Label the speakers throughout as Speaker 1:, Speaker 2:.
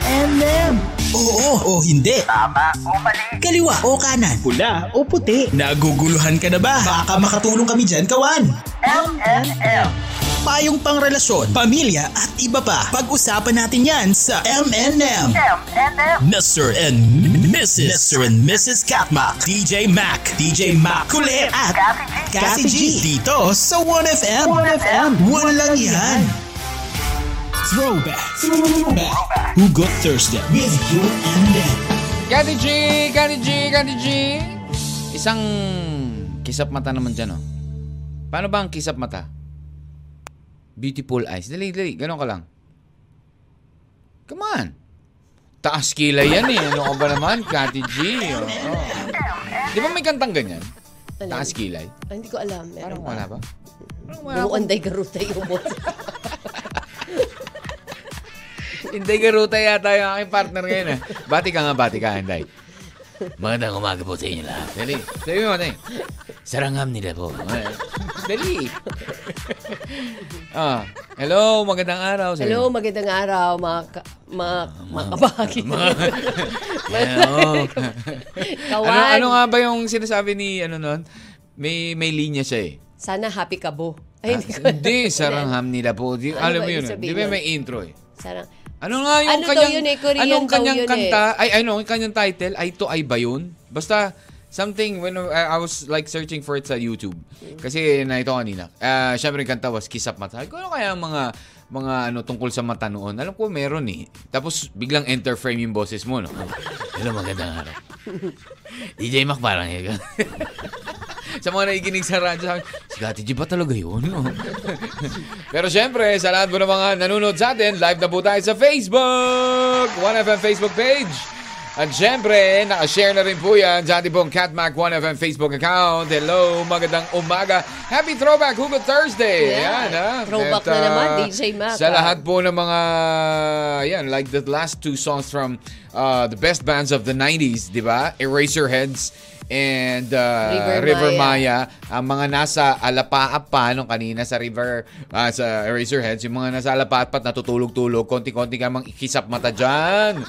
Speaker 1: M&M. Oo o hindi.
Speaker 2: Tama o mali.
Speaker 1: Kaliwa o kanan.
Speaker 3: Pula o puti.
Speaker 1: Naguguluhan ka na ba? Baka makatulong kami dyan, kawan.
Speaker 2: MNM.
Speaker 1: Payong pangrelasyon, pamilya at iba pa. Pag-usapan natin yan sa M&M.
Speaker 2: MNM.
Speaker 1: Mr. and Mrs. Mr. and Mrs. Katma. DJ Mac. DJ Mac. Kulit at
Speaker 2: Kathy G.
Speaker 1: Kathy G. Dito sa 1FM.
Speaker 3: 1FM.
Speaker 1: Walang yan. Throwback. Throwback. Who Got Thursday? With you and them.
Speaker 4: Gandhi G! Gandhi G! Gandhi G! Isang kisap mata naman dyan, oh. Paano ba ang kisap mata? Beautiful eyes. Dali, dali. Ganon ka lang. Come on. Taas kilay yan eh. Ano ka ba naman, Gandhi G? Oh, oh. Di ba may kantang ganyan?
Speaker 5: Alam.
Speaker 4: Taas kilay.
Speaker 5: Ah, hindi ko alam. Meron
Speaker 4: Parang wala ba? Parang wala akong-
Speaker 5: Bumuanday garutay yung boses.
Speaker 4: Inday Garuta yata yung aking partner ngayon. ah. Bati ka nga, bati ka, Inday. Magandang umaga po sa inyo lahat. Dali. Sabi mo, Nay. Sarangam nila po. Ay, Dali. ah, hello, magandang araw. Sabi
Speaker 5: Hello,
Speaker 4: mo.
Speaker 5: magandang araw mga ka- mga,
Speaker 4: Ah,
Speaker 5: mga kabaki.
Speaker 4: Hello. ano,
Speaker 5: Kawan.
Speaker 4: ano nga ba yung sinasabi ni, ano nun? May, may linya siya eh.
Speaker 5: Sana happy ka bo. Ay, hindi ko
Speaker 4: Ah, Hindi, sarangham nila po. Di, alam
Speaker 5: Ano ba
Speaker 4: mo yun.
Speaker 5: ibig
Speaker 4: eh.
Speaker 5: sabihin
Speaker 4: Di ba
Speaker 5: nun?
Speaker 4: may intro eh.
Speaker 5: Sarang,
Speaker 4: Ano nga yung
Speaker 5: Ano daw
Speaker 4: kanyang,
Speaker 5: yun eh, Korean
Speaker 4: anong
Speaker 5: daw
Speaker 4: kanyang
Speaker 5: yun eh.
Speaker 4: kanta, ay ano, yung kanyang title, ay to ay ba yun? Basta, something, when I, I was like searching for it sa YouTube, kasi nakita ko kanina, Ah, syempre yung kanta was Kiss Up Mata. Sabi ko, Ano kaya ang mga, mga ano, tungkol sa mata noon? Alam ko, meron eh. Tapos, biglang enter frame yung boses mo, no? Hello, magandang araw. DJ Mac parang yun. sa mga nakikinig sa radyo, sabi, si Ate G ba talaga yun? Pero syempre, sa lahat po ng mga nanonood sa atin, live na po tayo sa Facebook! 1FM Facebook page! At syempre, nakashare na rin po yan sa ating pong Catmac 1FM Facebook account. Hello, magandang umaga. Happy Throwback Hugot Thursday!
Speaker 5: Yeah.
Speaker 4: Ayan, ah.
Speaker 5: Throwback na
Speaker 4: ah,
Speaker 5: naman, DJ Mac,
Speaker 4: Sa
Speaker 5: ah.
Speaker 4: lahat po ng mga yan like the last two songs from uh, the best bands of the 90s, 'di ba? Eraserheads and uh,
Speaker 5: River
Speaker 4: River Maya.
Speaker 5: Maya.
Speaker 4: ang mga nasa alapaap pa nung kanina sa River ah, sa Eraserheads, yung mga nasa alapaap natutulog-tulog, konti-konti ka mang ikisap mata diyan.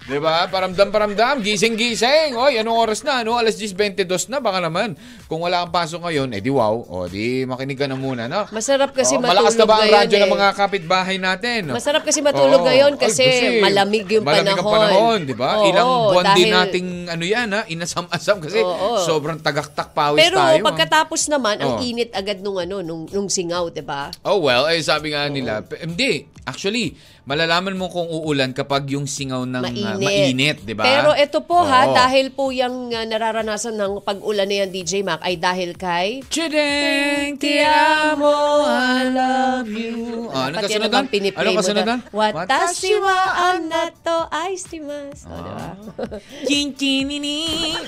Speaker 4: 'Di ba? Paramdam-paramdam, gising-gising. Oy, anong oras na? Ano? Alas 10:22 na baka naman. Kung wala kang pasok ngayon, edi wow. O di makinig ka na muna, no?
Speaker 5: Masarap
Speaker 4: Oo,
Speaker 5: kasi
Speaker 4: Oh, malakas na
Speaker 5: matulog
Speaker 4: ba ang
Speaker 5: ngayon
Speaker 4: radyo ng
Speaker 5: eh.
Speaker 4: mga kapitbahay natin?
Speaker 5: Masarap kasi matulog
Speaker 4: Oo.
Speaker 5: ngayon
Speaker 4: Ay,
Speaker 5: kasi malamig yung
Speaker 4: malamig ang
Speaker 5: panahon.
Speaker 4: panahon, di ba?
Speaker 5: Oo,
Speaker 4: Ilang buwan din
Speaker 5: dahil-
Speaker 4: nating ano yan ha, inasam-asam kasi
Speaker 5: Oo.
Speaker 4: sobrang tagaktak pawis
Speaker 5: Pero
Speaker 4: tayo. ha?
Speaker 5: pagkatapos naman, ang
Speaker 4: Oh.
Speaker 5: init agad nung ano, nung, nung singaw, di ba?
Speaker 4: Oh well, eh sabi nga nila, p- hindi, actually, malalaman mo kung uulan kapag yung singaw ng ah,
Speaker 5: Mainit.
Speaker 4: mainit, di ba?
Speaker 5: Pero ito po ha,
Speaker 4: Oo.
Speaker 5: dahil po yung ah, nararanasan ng pag-ulan na yan, DJ Mac, ay dahil kay...
Speaker 4: Chideng, te amo, I love you. Ah, ano
Speaker 5: Dapat yan
Speaker 4: kasunod doon?
Speaker 5: ang bang piniplay
Speaker 4: Ano
Speaker 5: mo
Speaker 4: kasunod
Speaker 5: na,
Speaker 4: doon?
Speaker 5: Watashi wa anato aishimasu. O, di
Speaker 4: Ah.
Speaker 5: ba?
Speaker 4: Chinchini.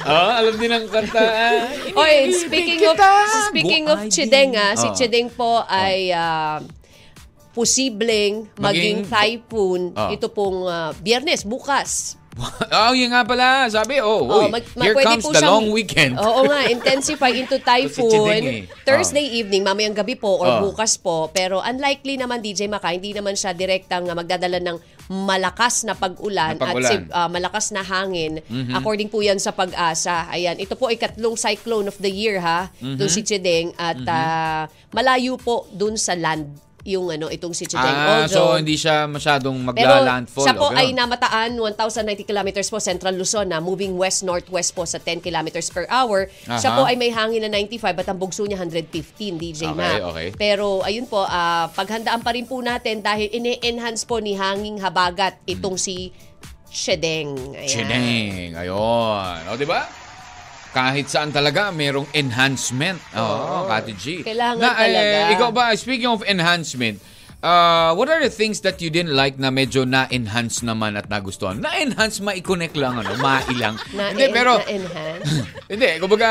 Speaker 4: Oh, alam din ang kanta. ah.
Speaker 5: Oy, speaking of speaking of Chideng, ah, si
Speaker 4: Ah.
Speaker 5: Chideng po ay ah, posibleng maging
Speaker 4: Maging-
Speaker 5: typhoon
Speaker 4: Ah.
Speaker 5: ito pong ah, biyernes, bukas.
Speaker 4: oh, yun nga pala. Sabi, oh,
Speaker 5: Oh,
Speaker 4: uy,
Speaker 5: mag- ma-
Speaker 4: here
Speaker 5: pwede
Speaker 4: comes
Speaker 5: po
Speaker 4: the
Speaker 5: siyang- Oh,
Speaker 4: long weekend.
Speaker 5: Oo nga, intensify into typhoon.
Speaker 4: Chideng eh.
Speaker 5: Thursday evening, mamayang gabi po or
Speaker 4: Ah.
Speaker 5: bukas po. Pero unlikely naman DJ Maka, hindi naman siya direktang ah, magdadala ng malakas na pag-ulan,
Speaker 4: Na
Speaker 5: at
Speaker 4: pag-ulan. Mm-hmm.
Speaker 5: si- ah, malakas na hangin. According po yan sa pag-asa. Ayan, ito po ay katlong cyclone of the year ha.
Speaker 4: Mm-hmm.
Speaker 5: Doon si Chideng at ah, malayo po doon sa land yung ano itong si Chideng.
Speaker 4: Ah, so
Speaker 5: Although-
Speaker 4: hindi siya masyadong
Speaker 5: pero
Speaker 4: magla-landfall.
Speaker 5: siya
Speaker 4: oh,
Speaker 5: po ay
Speaker 4: ganun.
Speaker 5: namataan 1,090 kilometers po Central Luzon na moving west-northwest po sa 10 kilometers per hour. Siya
Speaker 4: Aha.
Speaker 5: po ay may hangin na 95 at ang bugso niya 115 DJ
Speaker 4: Okay,
Speaker 5: Mac.
Speaker 4: okay.
Speaker 5: Pero ayun po, ah, paghandaan pa rin po natin dahil ini-enhance po ni hanging habagat itong si Shedeng. Ayan.
Speaker 4: Chineng. Ayun. O, di ba? Kahit saan talaga, merong enhancement. Oo, oh, Kati G.
Speaker 5: Kailangan
Speaker 4: na, eh,
Speaker 5: talaga.
Speaker 4: ikaw ba, speaking of enhancement, uh, what are the things that you didn't like na medyo na-enhance naman at nagustuhan? Na-enhance, ma-connect lang, ano, mailang.
Speaker 5: Na,
Speaker 4: hindi, pero,
Speaker 5: enhance
Speaker 4: hindi, kumbaga,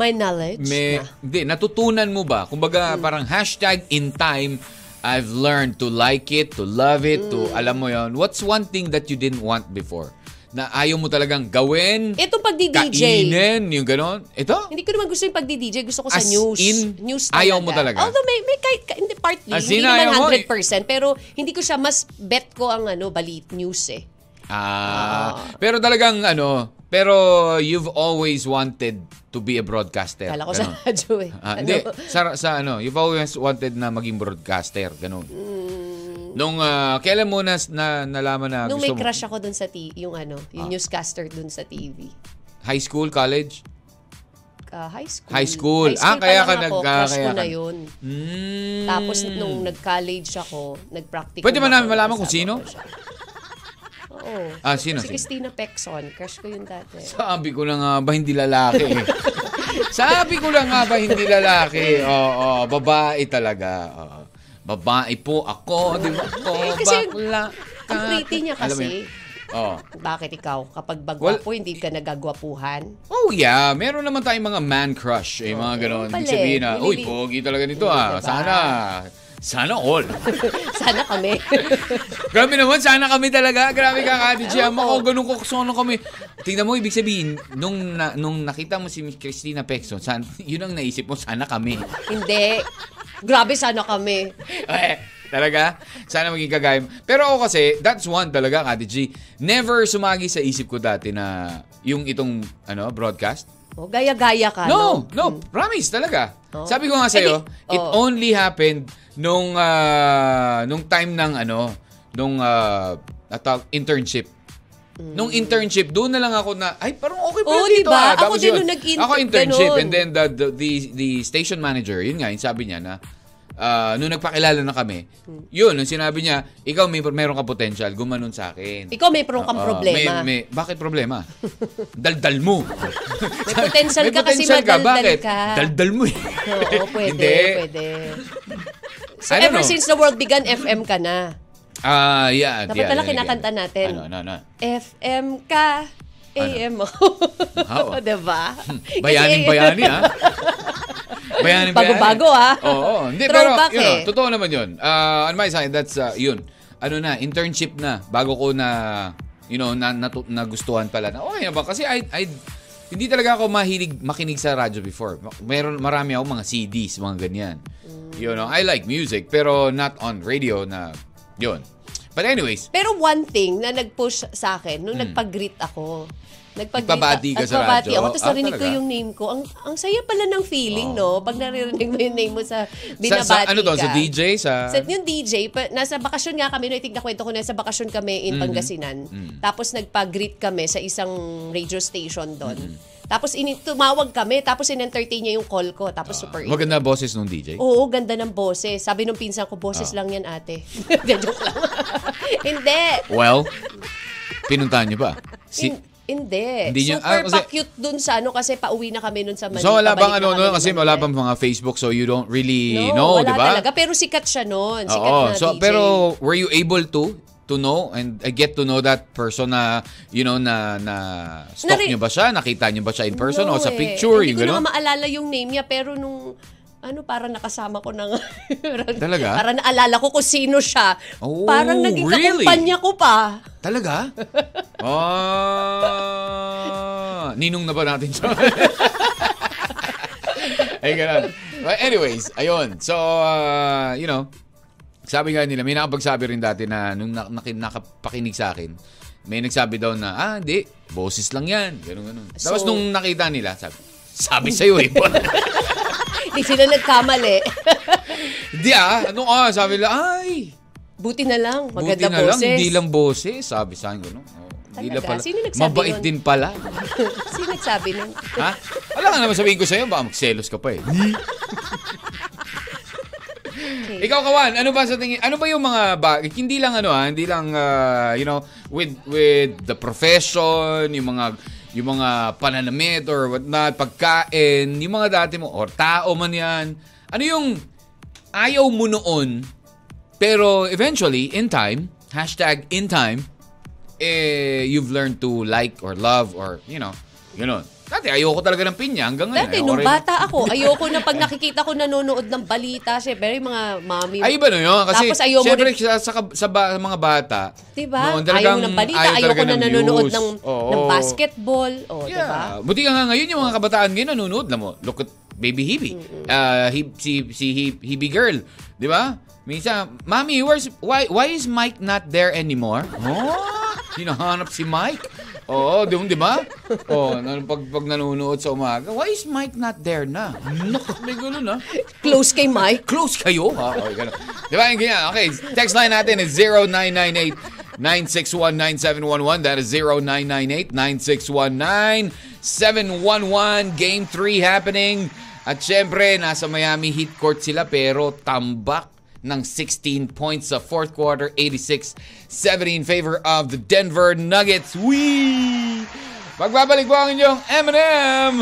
Speaker 5: my knowledge.
Speaker 4: may,
Speaker 5: na.
Speaker 4: hindi, natutunan mo ba? Kumbaga,
Speaker 5: Hmm.
Speaker 4: parang hashtag in time, I've
Speaker 5: Hmm.
Speaker 4: learned to like it, to love it, to, alam mo yon What's one thing that you didn't want before? na ayaw mo talagang gawin,
Speaker 5: Itong pagdi-DJ.
Speaker 4: kainin, yung ganon. Ito?
Speaker 5: Hindi ko naman gusto yung pagdi-DJ. Gusto ko sa
Speaker 4: As
Speaker 5: news.
Speaker 4: in,
Speaker 5: news
Speaker 4: ayaw mo talaga?
Speaker 5: Although may, may kahit, ka- hindi, partly.
Speaker 4: As in,
Speaker 5: hindi
Speaker 4: ayaw mo, eh.
Speaker 5: naman 100%. Pero hindi ko siya, mas bet ko ang ano, balit news eh.
Speaker 4: Ah, pero talagang ano, pero you've always wanted to be a broadcaster.
Speaker 5: Kala ko
Speaker 4: Ganon.
Speaker 5: sa radyo eh.
Speaker 4: Ah,
Speaker 5: Ano?
Speaker 4: Hindi, sa, sa ano, you've always wanted na maging broadcaster, ganun. Nung, ah, kailan mo na, na nalaman na
Speaker 5: Hmm. Nung may
Speaker 4: gusto mo? Ah.
Speaker 5: crush ako dun sa TV, yung ano, yung newscaster dun sa TV.
Speaker 4: High school, college?
Speaker 5: Ah, high school.
Speaker 4: High school. Ah,
Speaker 5: pa
Speaker 4: kaya
Speaker 5: lang
Speaker 4: ka
Speaker 5: ako,
Speaker 4: nag- ah,
Speaker 5: crush
Speaker 4: kaya
Speaker 5: ko na
Speaker 4: ka-
Speaker 5: yun.
Speaker 4: Mm.
Speaker 5: Tapos nung nag-college ako, nag-practical.
Speaker 4: Pwede ba
Speaker 5: ako,
Speaker 4: namin malaman kung
Speaker 5: kasama
Speaker 4: sino?
Speaker 5: ko siya. Oo.
Speaker 4: Ah, sino?
Speaker 5: Si Christina Pexon. Crush ko yun dati.
Speaker 4: Sabi ko na nga ba hindi lalaki? Sabi ko na nga ba hindi lalaki? Oo, babae talaga. Oo. Babae po ako, di ba? Ako,
Speaker 5: Eh, kasi
Speaker 4: bakla ka.
Speaker 5: ang pretty niya
Speaker 4: Alam mo
Speaker 5: kasi.
Speaker 4: yun? Oo.
Speaker 5: Bakit ikaw? Kapag
Speaker 4: Well-
Speaker 5: bagwapo, hindi ka nagagwapuhan?
Speaker 4: Oh yeah, meron naman tayong mga man crush, eh, mga ganon.
Speaker 5: pala
Speaker 4: Ibig sabihin
Speaker 5: eh.
Speaker 4: na, uy,
Speaker 5: Nilili-
Speaker 4: pogi talaga nito
Speaker 5: Hindi,
Speaker 4: ah.
Speaker 5: diba?
Speaker 4: Sana, sana all.
Speaker 5: Sana kami.
Speaker 4: Grabe naman, sana kami talaga. Grabe ka, Kati Jam.
Speaker 5: Ewan ko.
Speaker 4: Oo, ganun ko, sana kami. Tingnan mo, ibig sabihin, nung, na- nung nakita mo si Miss Christina Pexon, sana, yun ang naisip mo, sana kami.
Speaker 5: hindi. Grabe, sana kami.
Speaker 4: Eh, talaga? Sana maging kagaya mo. Pero ako kasi, that's one talaga, Kati G. Never sumagi sa isip ko dati na yung itong ano broadcast.
Speaker 5: O, Oh, gaya-gaya ka.
Speaker 4: No, no,
Speaker 5: Hmm.
Speaker 4: promise talaga.
Speaker 5: Oo.
Speaker 4: Sabi ko nga
Speaker 5: Eh di-
Speaker 4: sa'yo, it
Speaker 5: oo.
Speaker 4: only happened nung ah, nung time ng ano, nung ah, atawag- internship. Nung internship, doon na lang ako na, ay, parang okay pala
Speaker 5: Oo,
Speaker 4: dito
Speaker 5: Hmm. diba?
Speaker 4: ah.
Speaker 5: Ako
Speaker 4: Tapos
Speaker 5: din
Speaker 4: yun,
Speaker 5: nung nag-intern-
Speaker 4: Ako internship
Speaker 5: ganun.
Speaker 4: and then the, the, the, the station manager, yun nga, yun sabi niya na, ah, nung nagpakilala na kami,
Speaker 5: Hmm.
Speaker 4: yun, nung sinabi niya, ikaw may meron ka potential, gumanon sa akin.
Speaker 5: Ikaw may pro kang
Speaker 4: Oo, Ah,
Speaker 5: problema.
Speaker 4: May, may, bakit problema? Daldal mo.
Speaker 5: May potential
Speaker 4: May
Speaker 5: ka kasi
Speaker 4: potential ka,
Speaker 5: madaldal
Speaker 4: bakit?
Speaker 5: ka.
Speaker 4: Daldal mo eh.
Speaker 5: Oo, pwede,
Speaker 4: Hindi.
Speaker 5: pwede. So,
Speaker 4: I don't
Speaker 5: ever
Speaker 4: know.
Speaker 5: since the world began, FM ka na.
Speaker 4: Ah, yeah.
Speaker 5: Dapat
Speaker 4: yeah,
Speaker 5: pala
Speaker 4: yeah,
Speaker 5: kinakanta
Speaker 4: yeah.
Speaker 5: natin.
Speaker 4: Ano, ano, ano.
Speaker 5: FM ka, AM ako.
Speaker 4: Oo.
Speaker 5: diba?
Speaker 4: Bayaning
Speaker 5: Kasi-
Speaker 4: bayani, ha? Bayaning bayani.
Speaker 5: Bago-bago,
Speaker 4: ah.
Speaker 5: ah.
Speaker 4: Oo, oo. Hindi, pero,
Speaker 5: Throwback,
Speaker 4: yun,
Speaker 5: eh.
Speaker 4: know, totoo naman yun. Ah, on my side, that's, ah, yun. Ano na, internship na, bago ko na, you know, na, natu- nagustuhan pala na, okay na ba? Kasi I, I, hindi talaga ako mahilig makinig sa radyo before. Ma- Meron, marami ako mga CDs, mga ganyan.
Speaker 5: Mm.
Speaker 4: You know, I like music, pero not on radio na, yun. But anyways,
Speaker 5: Pero one thing na nag-push sa akin, nung nagpag-greet ako, nagpag-greet
Speaker 4: Hmm. Nagpabati ka sa
Speaker 5: nagpabati
Speaker 4: radyo?
Speaker 5: ako, tapos
Speaker 4: Ah,
Speaker 5: narinig ko
Speaker 4: talaga? Oh.
Speaker 5: yung name ko. Ang, ang saya pala ng feeling, no? Pag naririnig mo yung name mo sa
Speaker 4: sa,
Speaker 5: binabati
Speaker 4: sa, ano to,
Speaker 5: ka.
Speaker 4: sa DJ, sa...
Speaker 5: Sa yung DJ, pa, nasa bakasyon nga kami, no, I think nakwento ko na, sa bakasyon kami
Speaker 4: Mm-hmm.
Speaker 5: in Pangasinan. Tapos nagpa-greet kami sa isang radio station doon.
Speaker 4: Mm-hmm.
Speaker 5: Tapos ini tumawag kami, tapos in-entertain niya yung call ko. Tapos super in-
Speaker 4: Ah, Maganda boses nung DJ.
Speaker 5: Oo, ganda ng boses. Sabi nung pinsan ko, boses
Speaker 4: Ah.
Speaker 5: lang yan ate. Hindi, joke lang. Hindi.
Speaker 4: Well, pinuntahan niyo ba? Si,
Speaker 5: In- hindi.
Speaker 4: Hindi niyo- ah,
Speaker 5: Super
Speaker 4: kasi-
Speaker 5: pa-cute dun sa ano kasi pauwi na kami nun sa Manila.
Speaker 4: so wala
Speaker 5: Pabalik
Speaker 4: bang
Speaker 5: na
Speaker 4: ano
Speaker 5: kami
Speaker 4: no
Speaker 5: ng
Speaker 4: kasi
Speaker 5: Manila.
Speaker 4: wala bang mga Facebook so you don't really
Speaker 5: no,
Speaker 4: know,
Speaker 5: wala
Speaker 4: 'di ba?
Speaker 5: talaga. Pero sikat siya nun. Sikat
Speaker 4: Oo.
Speaker 5: na
Speaker 4: so
Speaker 5: DJ.
Speaker 4: pero were you able to to know and uh, get to know that person na you know na na stalk
Speaker 5: Nari-
Speaker 4: niyo ba siya? Nakita niyo ba siya in person
Speaker 5: No,
Speaker 4: o sa
Speaker 5: eh.
Speaker 4: picture? yung
Speaker 5: Hindi ko na
Speaker 4: gano'n?
Speaker 5: nga maalala yung name niya pero nung ano parang nakasama ko na nga. Parang-
Speaker 4: Talaga?
Speaker 5: Parang naalala ko kung sino siya.
Speaker 4: Oh,
Speaker 5: parang naging
Speaker 4: really?
Speaker 5: kakumpanya ko pa.
Speaker 4: Talaga? Ah. Ninong na ba natin siya? Ay, ganun. But anyways, ayun. So, uh, you know, sabi nga nila, may nakapagsabi rin dati na nung na- naki- nakapakinig sa akin, may nagsabi daw na, ah, hindi, boses lang yan. Ganun, ganun. Tapos
Speaker 5: So-
Speaker 4: nung nakita nila, sabi, sabi sa'yo eh.
Speaker 5: Hindi sila nagkamali.
Speaker 4: Hindi ah, ano ah, sabi nila, ay,
Speaker 5: Buti na lang. Maganda
Speaker 4: buti na
Speaker 5: boses.
Speaker 4: lang, hindi lang boses. Sabi sa akin, ganun. Oh, hindi lang pala.
Speaker 5: Talaga? Sino nagsabi
Speaker 4: Mabait
Speaker 5: nun?
Speaker 4: din pala.
Speaker 5: Sino nagsabi nun?
Speaker 4: Ha? Wala ka naman sabihin ko sa'yo, baka magselos ka pa eh. Ikaw Kawan, ano ba sa tingin ano ba yung mga bagay hindi lang ano ah, hindi lang ah, you know with with the profession, yung mga yung mga pananamit or whatnot, pagkain, yung mga dati mo or tao man yan. Ano yung ayaw mo noon pero eventually in time, hashtag in time, eh you've learned to like or love or you know Ganon. Dati, ayoko talaga ng pinya hanggang ngayon.
Speaker 5: Dati,
Speaker 4: ayoko
Speaker 5: nung
Speaker 4: rin.
Speaker 5: bata ako, ayoko na pag nakikita ko nanonood ng balita, syempre, yung mga mami.
Speaker 4: Ay, iba no yun. Kasi,
Speaker 5: Tapos ayaw mo
Speaker 4: syempre,
Speaker 5: rin-
Speaker 4: sa, sa, kab- sa ba- mga bata,
Speaker 5: Diba?
Speaker 4: noon
Speaker 5: ayaw
Speaker 4: talagang
Speaker 5: ng balita,
Speaker 4: ayaw
Speaker 5: ayaw,
Speaker 4: talaga
Speaker 5: ko na nanonood
Speaker 4: news.
Speaker 5: ng,
Speaker 4: Oo.
Speaker 5: ng basketball. O,
Speaker 4: Yeah.
Speaker 5: diba?
Speaker 4: Buti ka nga ngayon yung mga kabataan ngayon nanonood na mo. Look at Baby Hebe. Ah, Hib- si si Hib- Hebe Girl, 'di ba? Minsan, "Mommy, where's why why is Mike not there anymore?" Oh, hinahanap si Mike. Oo, di, di ba? Oh, nan- pag, pag nanonood sa umaga, why is Mike not there na? Naku, may ah. gulo na.
Speaker 5: Close kay Mike.
Speaker 4: Close kayo, ha? Okay, ganun. Di ba? Yung ganyan. Okay, text line natin is 0998-961-9711. That is 0998-961-9711. Game 3 happening. At syempre, nasa Miami Heat Court sila pero tambak ng 16 points sa fourth quarter, 86-70 in favor of the Denver Nuggets. Wee! Magbabalik po ang inyong M&M!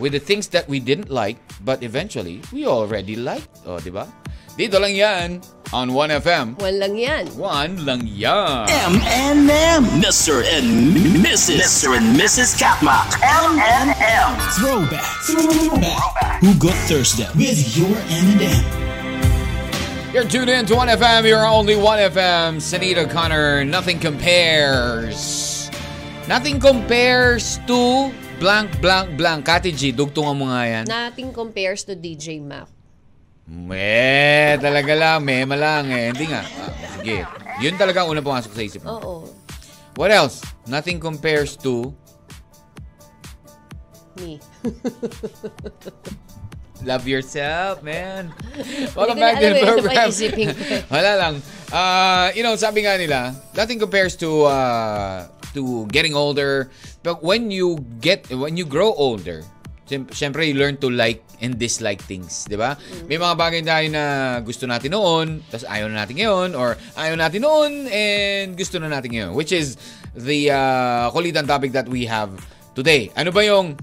Speaker 4: with the things that we didn't like but eventually we already liked. O, di ba? Dito lang yan on 1FM.
Speaker 5: Well lang yan.
Speaker 4: One lang yan.
Speaker 1: M and M. Mr. and Mrs. Mr. and Mrs. Katma.
Speaker 2: M and M.
Speaker 1: Throwback. Throwback. Who got Thursday? With your M and M.
Speaker 4: You're tuned in to 1FM, you're only 1FM. Sanita Connor, nothing compares. Nothing compares to blank, blank, blank. Kati G, dugtungan mo nga yan.
Speaker 5: Nothing compares to DJ Mac.
Speaker 4: Meh, talaga lang. Mema lang eh. Hindi nga. Ah, sige. Yun talaga ang unang pumasok sa isip mo.
Speaker 5: Oo.
Speaker 4: What else? Nothing compares to...
Speaker 5: Me.
Speaker 4: Love yourself, man. Welcome back to
Speaker 5: Hindi ko na
Speaker 4: the
Speaker 5: alam eh, ito pa
Speaker 4: program.
Speaker 5: isipin ko eh.
Speaker 4: Wala lang. Uh, you know, sabi nga nila, nothing compares to uh, to getting older. But when you get, when you grow older, syem- syempre you learn to like and dislike things, di ba?
Speaker 5: Mm.
Speaker 4: May mga bagay tayo na gusto natin noon, tapos ayaw na natin ngayon, or ayaw natin noon and gusto na natin ngayon, which is the uh, kulitan topic that we have today. Ano ba yung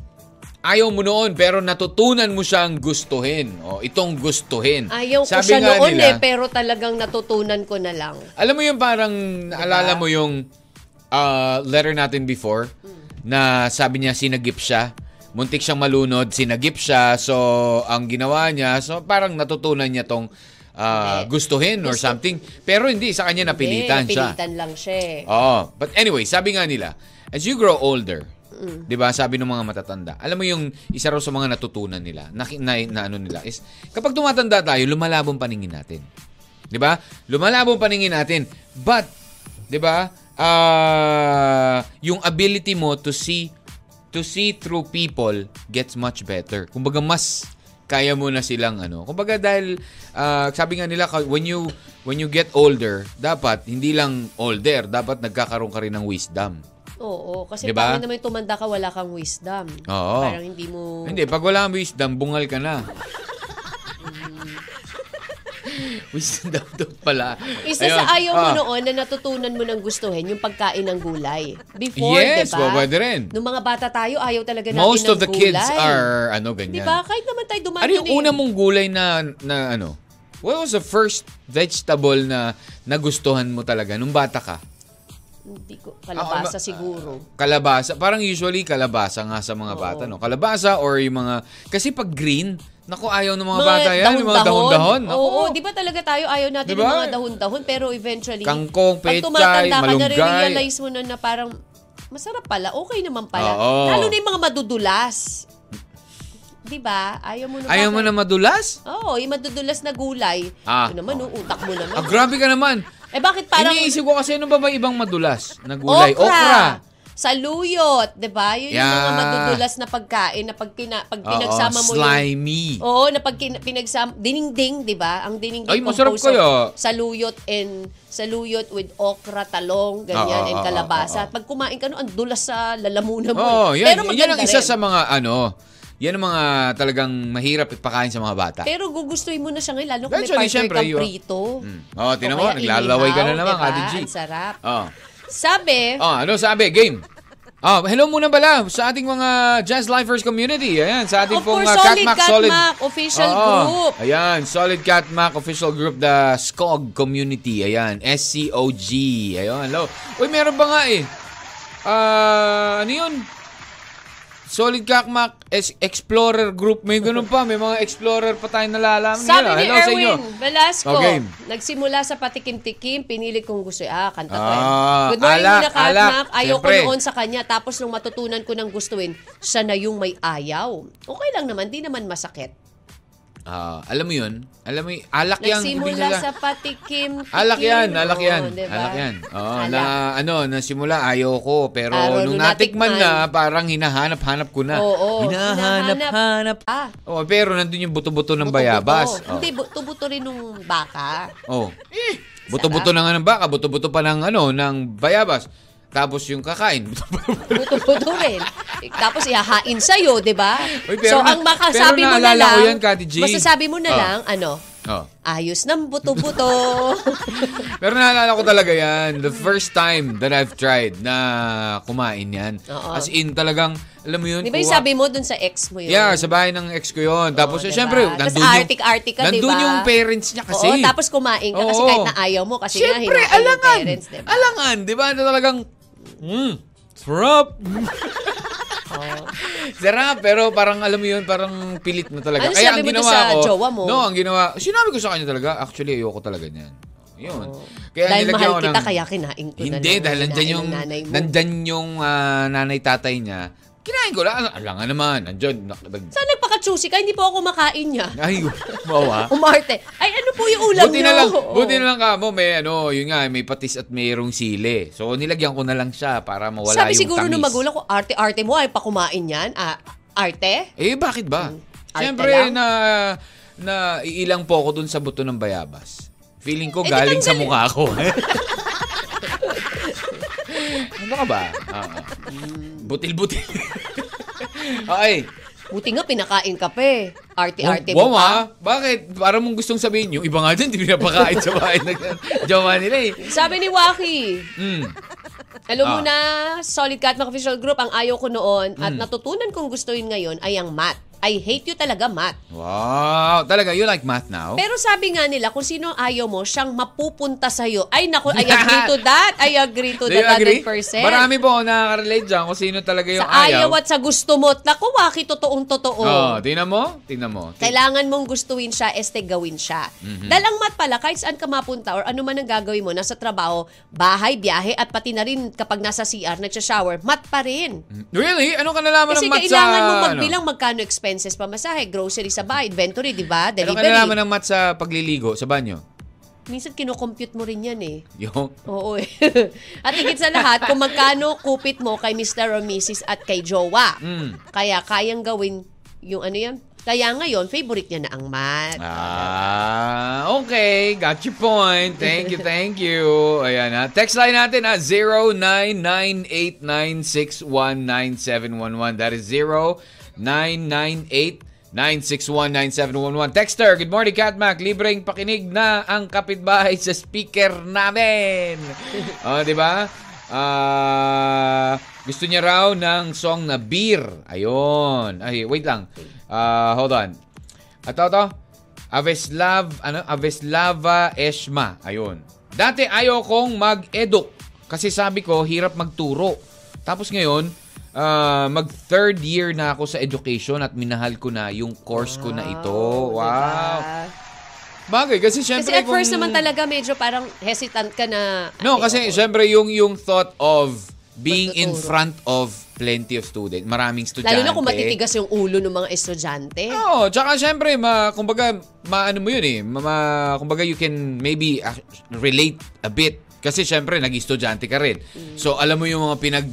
Speaker 4: ayaw mo noon pero natutunan mo siyang gustuhin. O, itong gustuhin.
Speaker 5: Ayaw ko
Speaker 4: Sabi
Speaker 5: siya
Speaker 4: nga
Speaker 5: noon
Speaker 4: nila,
Speaker 5: eh, pero talagang natutunan ko na lang.
Speaker 4: Alam mo yung parang naalala mo yung uh, letter natin before na sabi niya sinagip siya. Muntik siyang malunod, sinagip siya. So, ang ginawa niya, so parang natutunan niya tong uh,
Speaker 5: Hindi.
Speaker 4: gustuhin or something. Pero hindi, sa kanya napilitan,
Speaker 5: eh,
Speaker 4: siya.
Speaker 5: Pilitan lang siya eh.
Speaker 4: Oh, but anyway, sabi nga nila, as you grow older, 'di ba? Sabi ng mga matatanda. Alam mo yung isa raw sa mga natutunan nila, na, na, na ano nila is kapag tumatanda tayo, lumalabo ang paningin natin. 'Di ba? Lumalabo ang paningin natin. But 'di ba? Ah, yung ability mo to see to see through people gets much better. Kumbaga mas kaya mo na silang ano. Kumbaga dahil ah, sabi nga nila ka- when you when you get older, dapat hindi lang older, dapat nagkakaroon ka rin ng wisdom.
Speaker 5: Oo, kasi
Speaker 4: Diba?
Speaker 5: parang naman yung tumanda ka, wala kang wisdom.
Speaker 4: Oo.
Speaker 5: Parang hindi mo...
Speaker 4: Hindi, pag wala kang wisdom, bungal ka na. wisdom daw daw pala.
Speaker 5: Isa sa
Speaker 4: Ayun.
Speaker 5: ayaw mo
Speaker 4: Ah.
Speaker 5: noon na natutunan mo ng gustuhin yung pagkain ng gulay. Before,
Speaker 4: Yes,
Speaker 5: diba?
Speaker 4: well, pwede rin.
Speaker 5: Nung mga bata tayo, ayaw talaga natin
Speaker 4: Most
Speaker 5: ng
Speaker 4: of the
Speaker 5: gulay.
Speaker 4: kids are ano ganyan.
Speaker 5: Diba? Kahit naman tayo eh, dumating.
Speaker 4: Ano yung una mong gulay na, na ano? What was the first vegetable na nagustuhan mo talaga nung bata ka?
Speaker 5: Hindi ko,
Speaker 4: Ah,
Speaker 5: kalabasa
Speaker 4: ma-
Speaker 5: siguro.
Speaker 4: Kalabasa. Parang usually kalabasa nga sa mga bata, no? Kalabasa or yung mga... Kasi pag green, naku, ayaw ng mga, bata yan. Yung mga dahon-dahon.
Speaker 5: Oo,
Speaker 4: Naku.
Speaker 5: di ba talaga tayo ayaw natin
Speaker 4: Diba?
Speaker 5: yung mga dahon-dahon pero eventually
Speaker 4: Kangkong, pechay,
Speaker 5: pag tumatanda ka
Speaker 4: malunggay.
Speaker 5: nare-realize mo na na parang masarap pala, okay naman pala.
Speaker 4: Oo.
Speaker 5: Lalo na yung mga madudulas. Di ba? Ayaw mo na
Speaker 4: Ayaw mo na madulas?
Speaker 5: Oo, yung madudulas na gulay.
Speaker 4: Ah.
Speaker 5: Yun naman, oh. utak mo naman.
Speaker 4: Ah, grabe ka naman.
Speaker 5: eh bakit parang
Speaker 4: Iniisip ko kasi ano ba ba ibang madulas na gulay?
Speaker 5: Saluyot, di ba? Yun yung mga
Speaker 4: Yeah.
Speaker 5: madudulas na pagkain na pag, kina, pag
Speaker 4: Oo,
Speaker 5: pinagsama mo yung...
Speaker 4: Ah, slimy.
Speaker 5: Oo, na pag kin- pinagsama... Dinding, di ba? Ang dinding
Speaker 4: Ay, masarap
Speaker 5: composed
Speaker 4: kaya.
Speaker 5: of Saluyot and... Saluyot with okra, talong, ganyan,
Speaker 4: Oo,
Speaker 5: and
Speaker 4: oo, oo,
Speaker 5: kalabasa. Pag kumain ka, no, ang dulas sa lalamunan mo.
Speaker 4: ah, Oo,
Speaker 5: eh.
Speaker 4: yan,
Speaker 5: Pero
Speaker 4: yan
Speaker 5: maganda
Speaker 4: ang isa
Speaker 5: rin.
Speaker 4: sa mga ano, yan ang mga talagang mahirap ipakain sa mga bata.
Speaker 5: Pero gugustuhin mo na siya ngayon, lalo kung may
Speaker 4: Eventually,
Speaker 5: partner
Speaker 4: syempre,
Speaker 5: kang
Speaker 4: you-
Speaker 5: prito.
Speaker 4: Mm. Oo, tinan mo,
Speaker 5: O kaya
Speaker 4: naglalaway ka na
Speaker 5: inihaw,
Speaker 4: naman,
Speaker 5: diba?
Speaker 4: Ate G.
Speaker 5: Ang sarap.
Speaker 4: Oo.
Speaker 5: Sabi,
Speaker 4: Oh, ano sabi? Game. Ah, hello muna pala sa ating mga Jazz Lifers community. Ayan, sa ating
Speaker 5: Of
Speaker 4: pong
Speaker 5: course,
Speaker 4: uh,
Speaker 5: solid
Speaker 4: Catmac
Speaker 5: Cat
Speaker 4: Solid
Speaker 5: Mac official
Speaker 4: Oo.
Speaker 5: group.
Speaker 4: Ayan, Solid Catmac official group the SCOG community. Ayan, SCOG. Ayan, hello. Uy, meron ba nga eh? Ah, ano 'yun? Solid Kakmak es- Explorer Group. May ganun pa. May mga Explorer pa tayong nalalaman.
Speaker 5: Sabi ni
Speaker 4: Ah, Hello sa inyo.
Speaker 5: Erwin Velasco,
Speaker 4: Okay.
Speaker 5: nagsimula sa patikim-tikim, pinili kong gusto. Ah, kanta ko eh.
Speaker 4: Ah,
Speaker 5: Good morning,
Speaker 4: alak,
Speaker 5: Nina Katnak.
Speaker 4: alak.
Speaker 5: Ayaw ko
Speaker 4: Siyempre.
Speaker 5: noon sa kanya. Tapos nung matutunan ko ng gustuin, siya na yung may ayaw. Okay lang naman, di naman masakit.
Speaker 4: Ah, alam mo yun? Alam mo yun? Alak yan.
Speaker 5: Nagsimula
Speaker 4: Ibig
Speaker 5: sa
Speaker 4: sabihin-
Speaker 5: patikim.
Speaker 4: Alak Ah, yan, alak yan.
Speaker 5: Oo, diba?
Speaker 4: Alak yan. Oo,
Speaker 5: Alak.
Speaker 4: na ano, nasimula ayaw ko pero
Speaker 5: Ah,
Speaker 4: nung
Speaker 5: nung
Speaker 4: natikman
Speaker 5: natikman.
Speaker 4: na parang hinahanap-hanap ko na.
Speaker 5: Oo,
Speaker 4: hinahanap-hanap.
Speaker 5: Ah,
Speaker 4: Oh, pero nandun yung buto-buto ng
Speaker 5: buto-buto.
Speaker 4: bayabas. Oh.
Speaker 5: Hindi, Eh, buto-buto rin nung baka.
Speaker 4: Oh. Buto-buto na nga ng baka, buto-buto pa ng ano, ng bayabas. Tapos yung kakain.
Speaker 5: Buto-buto rin. Tapos ihahain sa'yo, di ba?
Speaker 4: Uy,
Speaker 5: So,
Speaker 4: pero na-
Speaker 5: ang makasabi
Speaker 4: pero
Speaker 5: mo na
Speaker 4: naalala
Speaker 5: lang,
Speaker 4: ko yan, Kati G.
Speaker 5: masasabi mo na
Speaker 4: Ah.
Speaker 5: lang, ano,
Speaker 4: oh.
Speaker 5: ayos ng buto-buto.
Speaker 4: Pero naalala ko talaga yan. The first time that I've tried na kumain yan.
Speaker 5: Oo.
Speaker 4: As in talagang, alam mo yun,
Speaker 5: di ba yung
Speaker 4: kuha-
Speaker 5: sabi mo dun sa ex mo yun?
Speaker 4: Yeah, sa bahay ng ex ko yun. Tapos, eh,
Speaker 5: diba?
Speaker 4: syempre,
Speaker 5: Tas
Speaker 4: nandun
Speaker 5: artic-artic ka,
Speaker 4: nandun
Speaker 5: diba?
Speaker 4: yung parents niya kasi.
Speaker 5: Oo, tapos kumain ka kasi
Speaker 4: Oo.
Speaker 5: kahit na ayaw mo kasi nga
Speaker 4: Siyempre,
Speaker 5: hinakain yung
Speaker 4: alangan.
Speaker 5: parents, diba? di ba?
Speaker 4: Alangan, di ba? Ano talagang, mm, sarap.
Speaker 5: Oo.
Speaker 4: Sarap, pero parang alam mo yun, parang pilit na talaga.
Speaker 5: Ano
Speaker 4: Kaya
Speaker 5: sabi
Speaker 4: ang
Speaker 5: mo dun
Speaker 4: ginawa
Speaker 5: sa
Speaker 4: ko,
Speaker 5: jowa mo?
Speaker 4: No, ang ginawa, sinabi ko sa kanya talaga, actually, ayoko talaga niyan. Yun. Kaya
Speaker 5: Dahil
Speaker 4: nilagyan
Speaker 5: mahal
Speaker 4: ko
Speaker 5: kita,
Speaker 4: ng-
Speaker 5: kaya kinain ko na
Speaker 4: Hindi,
Speaker 5: lang.
Speaker 4: dahil nandyan
Speaker 5: Kinain
Speaker 4: yung,
Speaker 5: ng nanay mo.
Speaker 4: nandyan yung ah, nanay-tatay niya. Kinain ko lang. Alam nga naman, nandyan. nak- nag-
Speaker 5: Saan nagpaka-choosy ka? Hindi po ako makain niya.
Speaker 4: Ay, bawa.
Speaker 5: Umarte. Ay, ano po yung ulam
Speaker 4: Buti
Speaker 5: niyo?
Speaker 4: na lang,
Speaker 5: Oo.
Speaker 4: buti na lang ka mo, may ano, yun nga, may patis at mayroong sili. So, nilagyan ko na lang siya para mawala
Speaker 5: Sabi
Speaker 4: yung
Speaker 5: siguro
Speaker 4: tamis.
Speaker 5: ng magulang ko, arte-arte mo, ay pakumain yan. Ah, arte?
Speaker 4: Eh, bakit ba?
Speaker 5: arte
Speaker 4: Siyempre,
Speaker 5: Hmm. lang.
Speaker 4: na, na iilang po ako dun sa buto ng bayabas. Feeling ko
Speaker 5: Eh, di
Speaker 4: galing sa
Speaker 5: tanggalin.
Speaker 4: mukha ko. ano ka ba? Ah, ah. Butil-butil. okay.
Speaker 5: Buti nga pinakain ka pa eh. Arte-arte
Speaker 4: Wow,
Speaker 5: mo pa.
Speaker 4: ah. Bakit? Para mong gustong sabihin yung iba nga dyan, di pinapakain sa bahay na jowa nila eh.
Speaker 5: Sabi ni Waki,
Speaker 4: Mm.
Speaker 5: alam mo
Speaker 4: Ah. Hmm.
Speaker 5: na, Solid Cat ng official group, ang ayaw ko noon at natutunan kong gustuin ngayon ay ang math. I hate you talaga, math.
Speaker 4: Wow! Talaga, you like math now?
Speaker 5: Pero sabi nga nila, kung sino ang ayaw mo, siyang mapupunta sa'yo. Ay, naku, I agree to that. I agree to
Speaker 4: Do you
Speaker 5: that
Speaker 4: agree?
Speaker 5: 100%.
Speaker 4: Marami po ako nakaka-relate dyan kung sino talaga yung
Speaker 5: sa ayaw.
Speaker 4: ayaw.
Speaker 5: at sa gusto mo. Naku, Waki, totoong totoo.
Speaker 4: Oh, tingnan mo? Tingnan mo. Ti-
Speaker 5: Kailangan mong gustuin siya, este gawin siya.
Speaker 4: Mm-hmm.
Speaker 5: Dahil ang mat pala, kahit saan ka mapunta or ano man ang gagawin mo, nasa trabaho, bahay, biyahe, at pati na rin kapag nasa CR, nagsha-shower, mat pa rin.
Speaker 4: Really? Ano ka nalaman
Speaker 5: Kasi
Speaker 4: ng math sa...
Speaker 5: kailangan mong
Speaker 4: ano?
Speaker 5: magbilang magkano expenses, pamasahe, grocery sa bahay, inventory, di ba?
Speaker 4: Ano ka
Speaker 5: Delivery.
Speaker 4: nalaman ng math sa pagliligo, sa banyo?
Speaker 5: Minsan kinocompute mo rin yan eh.
Speaker 4: Yo.
Speaker 5: Oo eh. at higit sa lahat, kung magkano kupit mo kay Mr. or Mrs. at kay Jowa.
Speaker 4: Hmm.
Speaker 5: Kaya kayang gawin yung ano yan. Kaya ngayon, favorite niya na ang mat.
Speaker 4: Ah, okay. Got your point. Thank you, thank you. Ayan ha. Text line natin ah, ha. 099896197111. That is 099896197111. Texter, good morning, Katmac. Libreng pakinig na ang kapitbahay sa speaker namin. O, di ba? Ah, gusto niya raw ng song na beer. Ayun. Ay, wait lang. Ah, hold on. At ito, Aveslav, ano, Aveslava Eshma. Ayun. Dati ayaw kong mag-eduk kasi sabi ko, hirap magturo. Tapos ngayon, ah, mag third year na ako sa education at minahal ko na yung course ko na ito.
Speaker 5: Oh,
Speaker 4: Wow. Bagay, kasi
Speaker 5: diba? Kasi
Speaker 4: syempre
Speaker 5: at
Speaker 4: kung-
Speaker 5: first naman talaga medyo parang hesitant ka na. ano,
Speaker 4: No,
Speaker 5: Ay,
Speaker 4: kasi
Speaker 5: oo.
Speaker 4: syempre yung, yung thought of being in
Speaker 5: Pagtuturo.
Speaker 4: front of plenty of students, maraming estudyante.
Speaker 5: Lalo na kung matitigas yung ulo ng mga estudyante.
Speaker 4: Oo, tsaka syempre, ma, kumbaga, maano mo yun eh. Ma, ma- kumbaga, you can maybe ah, relate a bit. Kasi syempre, nag-estudyante ka rin. So, alam mo yung mga pinag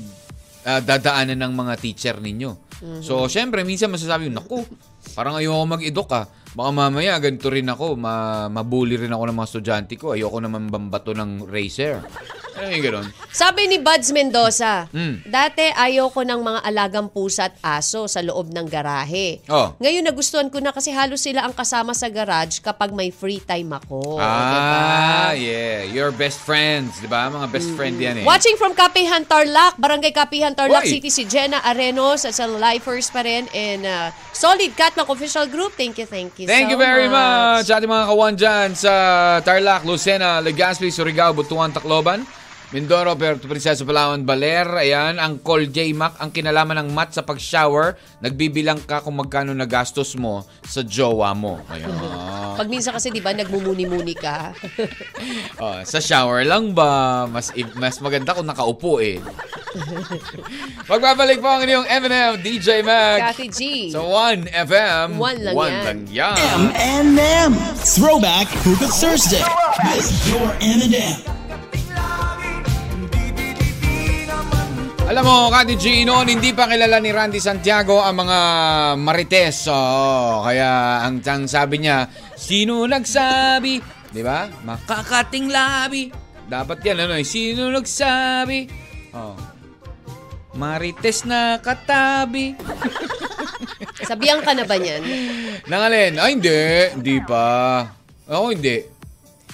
Speaker 4: ah, dadaanan ng mga teacher ninyo. So, syempre, minsan masasabi mo, naku, parang ayoko mag-edok ah. Baka mamaya, ganito rin ako, ma mabully rin ako ng mga estudyante ko. Ayoko naman bambato ng racer. Ano yung ganun?
Speaker 5: Sabi ni Buds Mendoza,
Speaker 4: Mm.
Speaker 5: dati ayaw ko ng mga alagang pusa at aso sa loob ng garahe.
Speaker 4: Oh.
Speaker 5: Ngayon nagustuhan ko na kasi halos sila ang kasama sa garage kapag may free time ako.
Speaker 4: ah,
Speaker 5: Diba?
Speaker 4: yeah. Your best friends, di ba? Mga best friend yan eh.
Speaker 5: Watching from Kapihan Tarlac, Barangay Kapihan
Speaker 4: Uy.
Speaker 5: Tarlac City, si Jenna Arenos at sa Lifers pa rin and uh, Solid Cat ng official group. Thank you, thank you
Speaker 4: Thank
Speaker 5: so
Speaker 4: you very much. Sa ating mga kawan dyan sa Tarlac, Lucena, Legazpi, Surigao, Butuan, Tacloban. Mindoro, Puerto Princesa, Palawan, Baler. Ayan, ang call J Mac, ang kinalaman ng Matt sa pag-shower, nagbibilang ka kung magkano nagastos mo sa jowa mo. Ayan.
Speaker 5: Pag minsan kasi, di ba, nagmumuni-muni ka.
Speaker 4: Oh, sa shower lang ba? Mas mas maganda kung nakaupo eh. Magbabalik po ang inyong M&M DJ Mag
Speaker 5: Kathy G.
Speaker 4: sa 1FM.
Speaker 5: One lang
Speaker 4: One
Speaker 5: yan.
Speaker 4: lang yan.
Speaker 1: M&M. Throwback Hookah Thursday with your M&M.
Speaker 4: Alam mo, Kati G, noon hindi pa kilala ni Randy Santiago ang mga marites. Oo, kaya ang, ang sabi niya, sino nagsabi? Di ba? Makakating labi. Dapat yan, ano eh, sino nagsabi? Oh. Marites na katabi.
Speaker 5: Sabihan ka na ba niyan?
Speaker 4: Nangalin. Ay, hindi. Hindi pa. Ako hindi.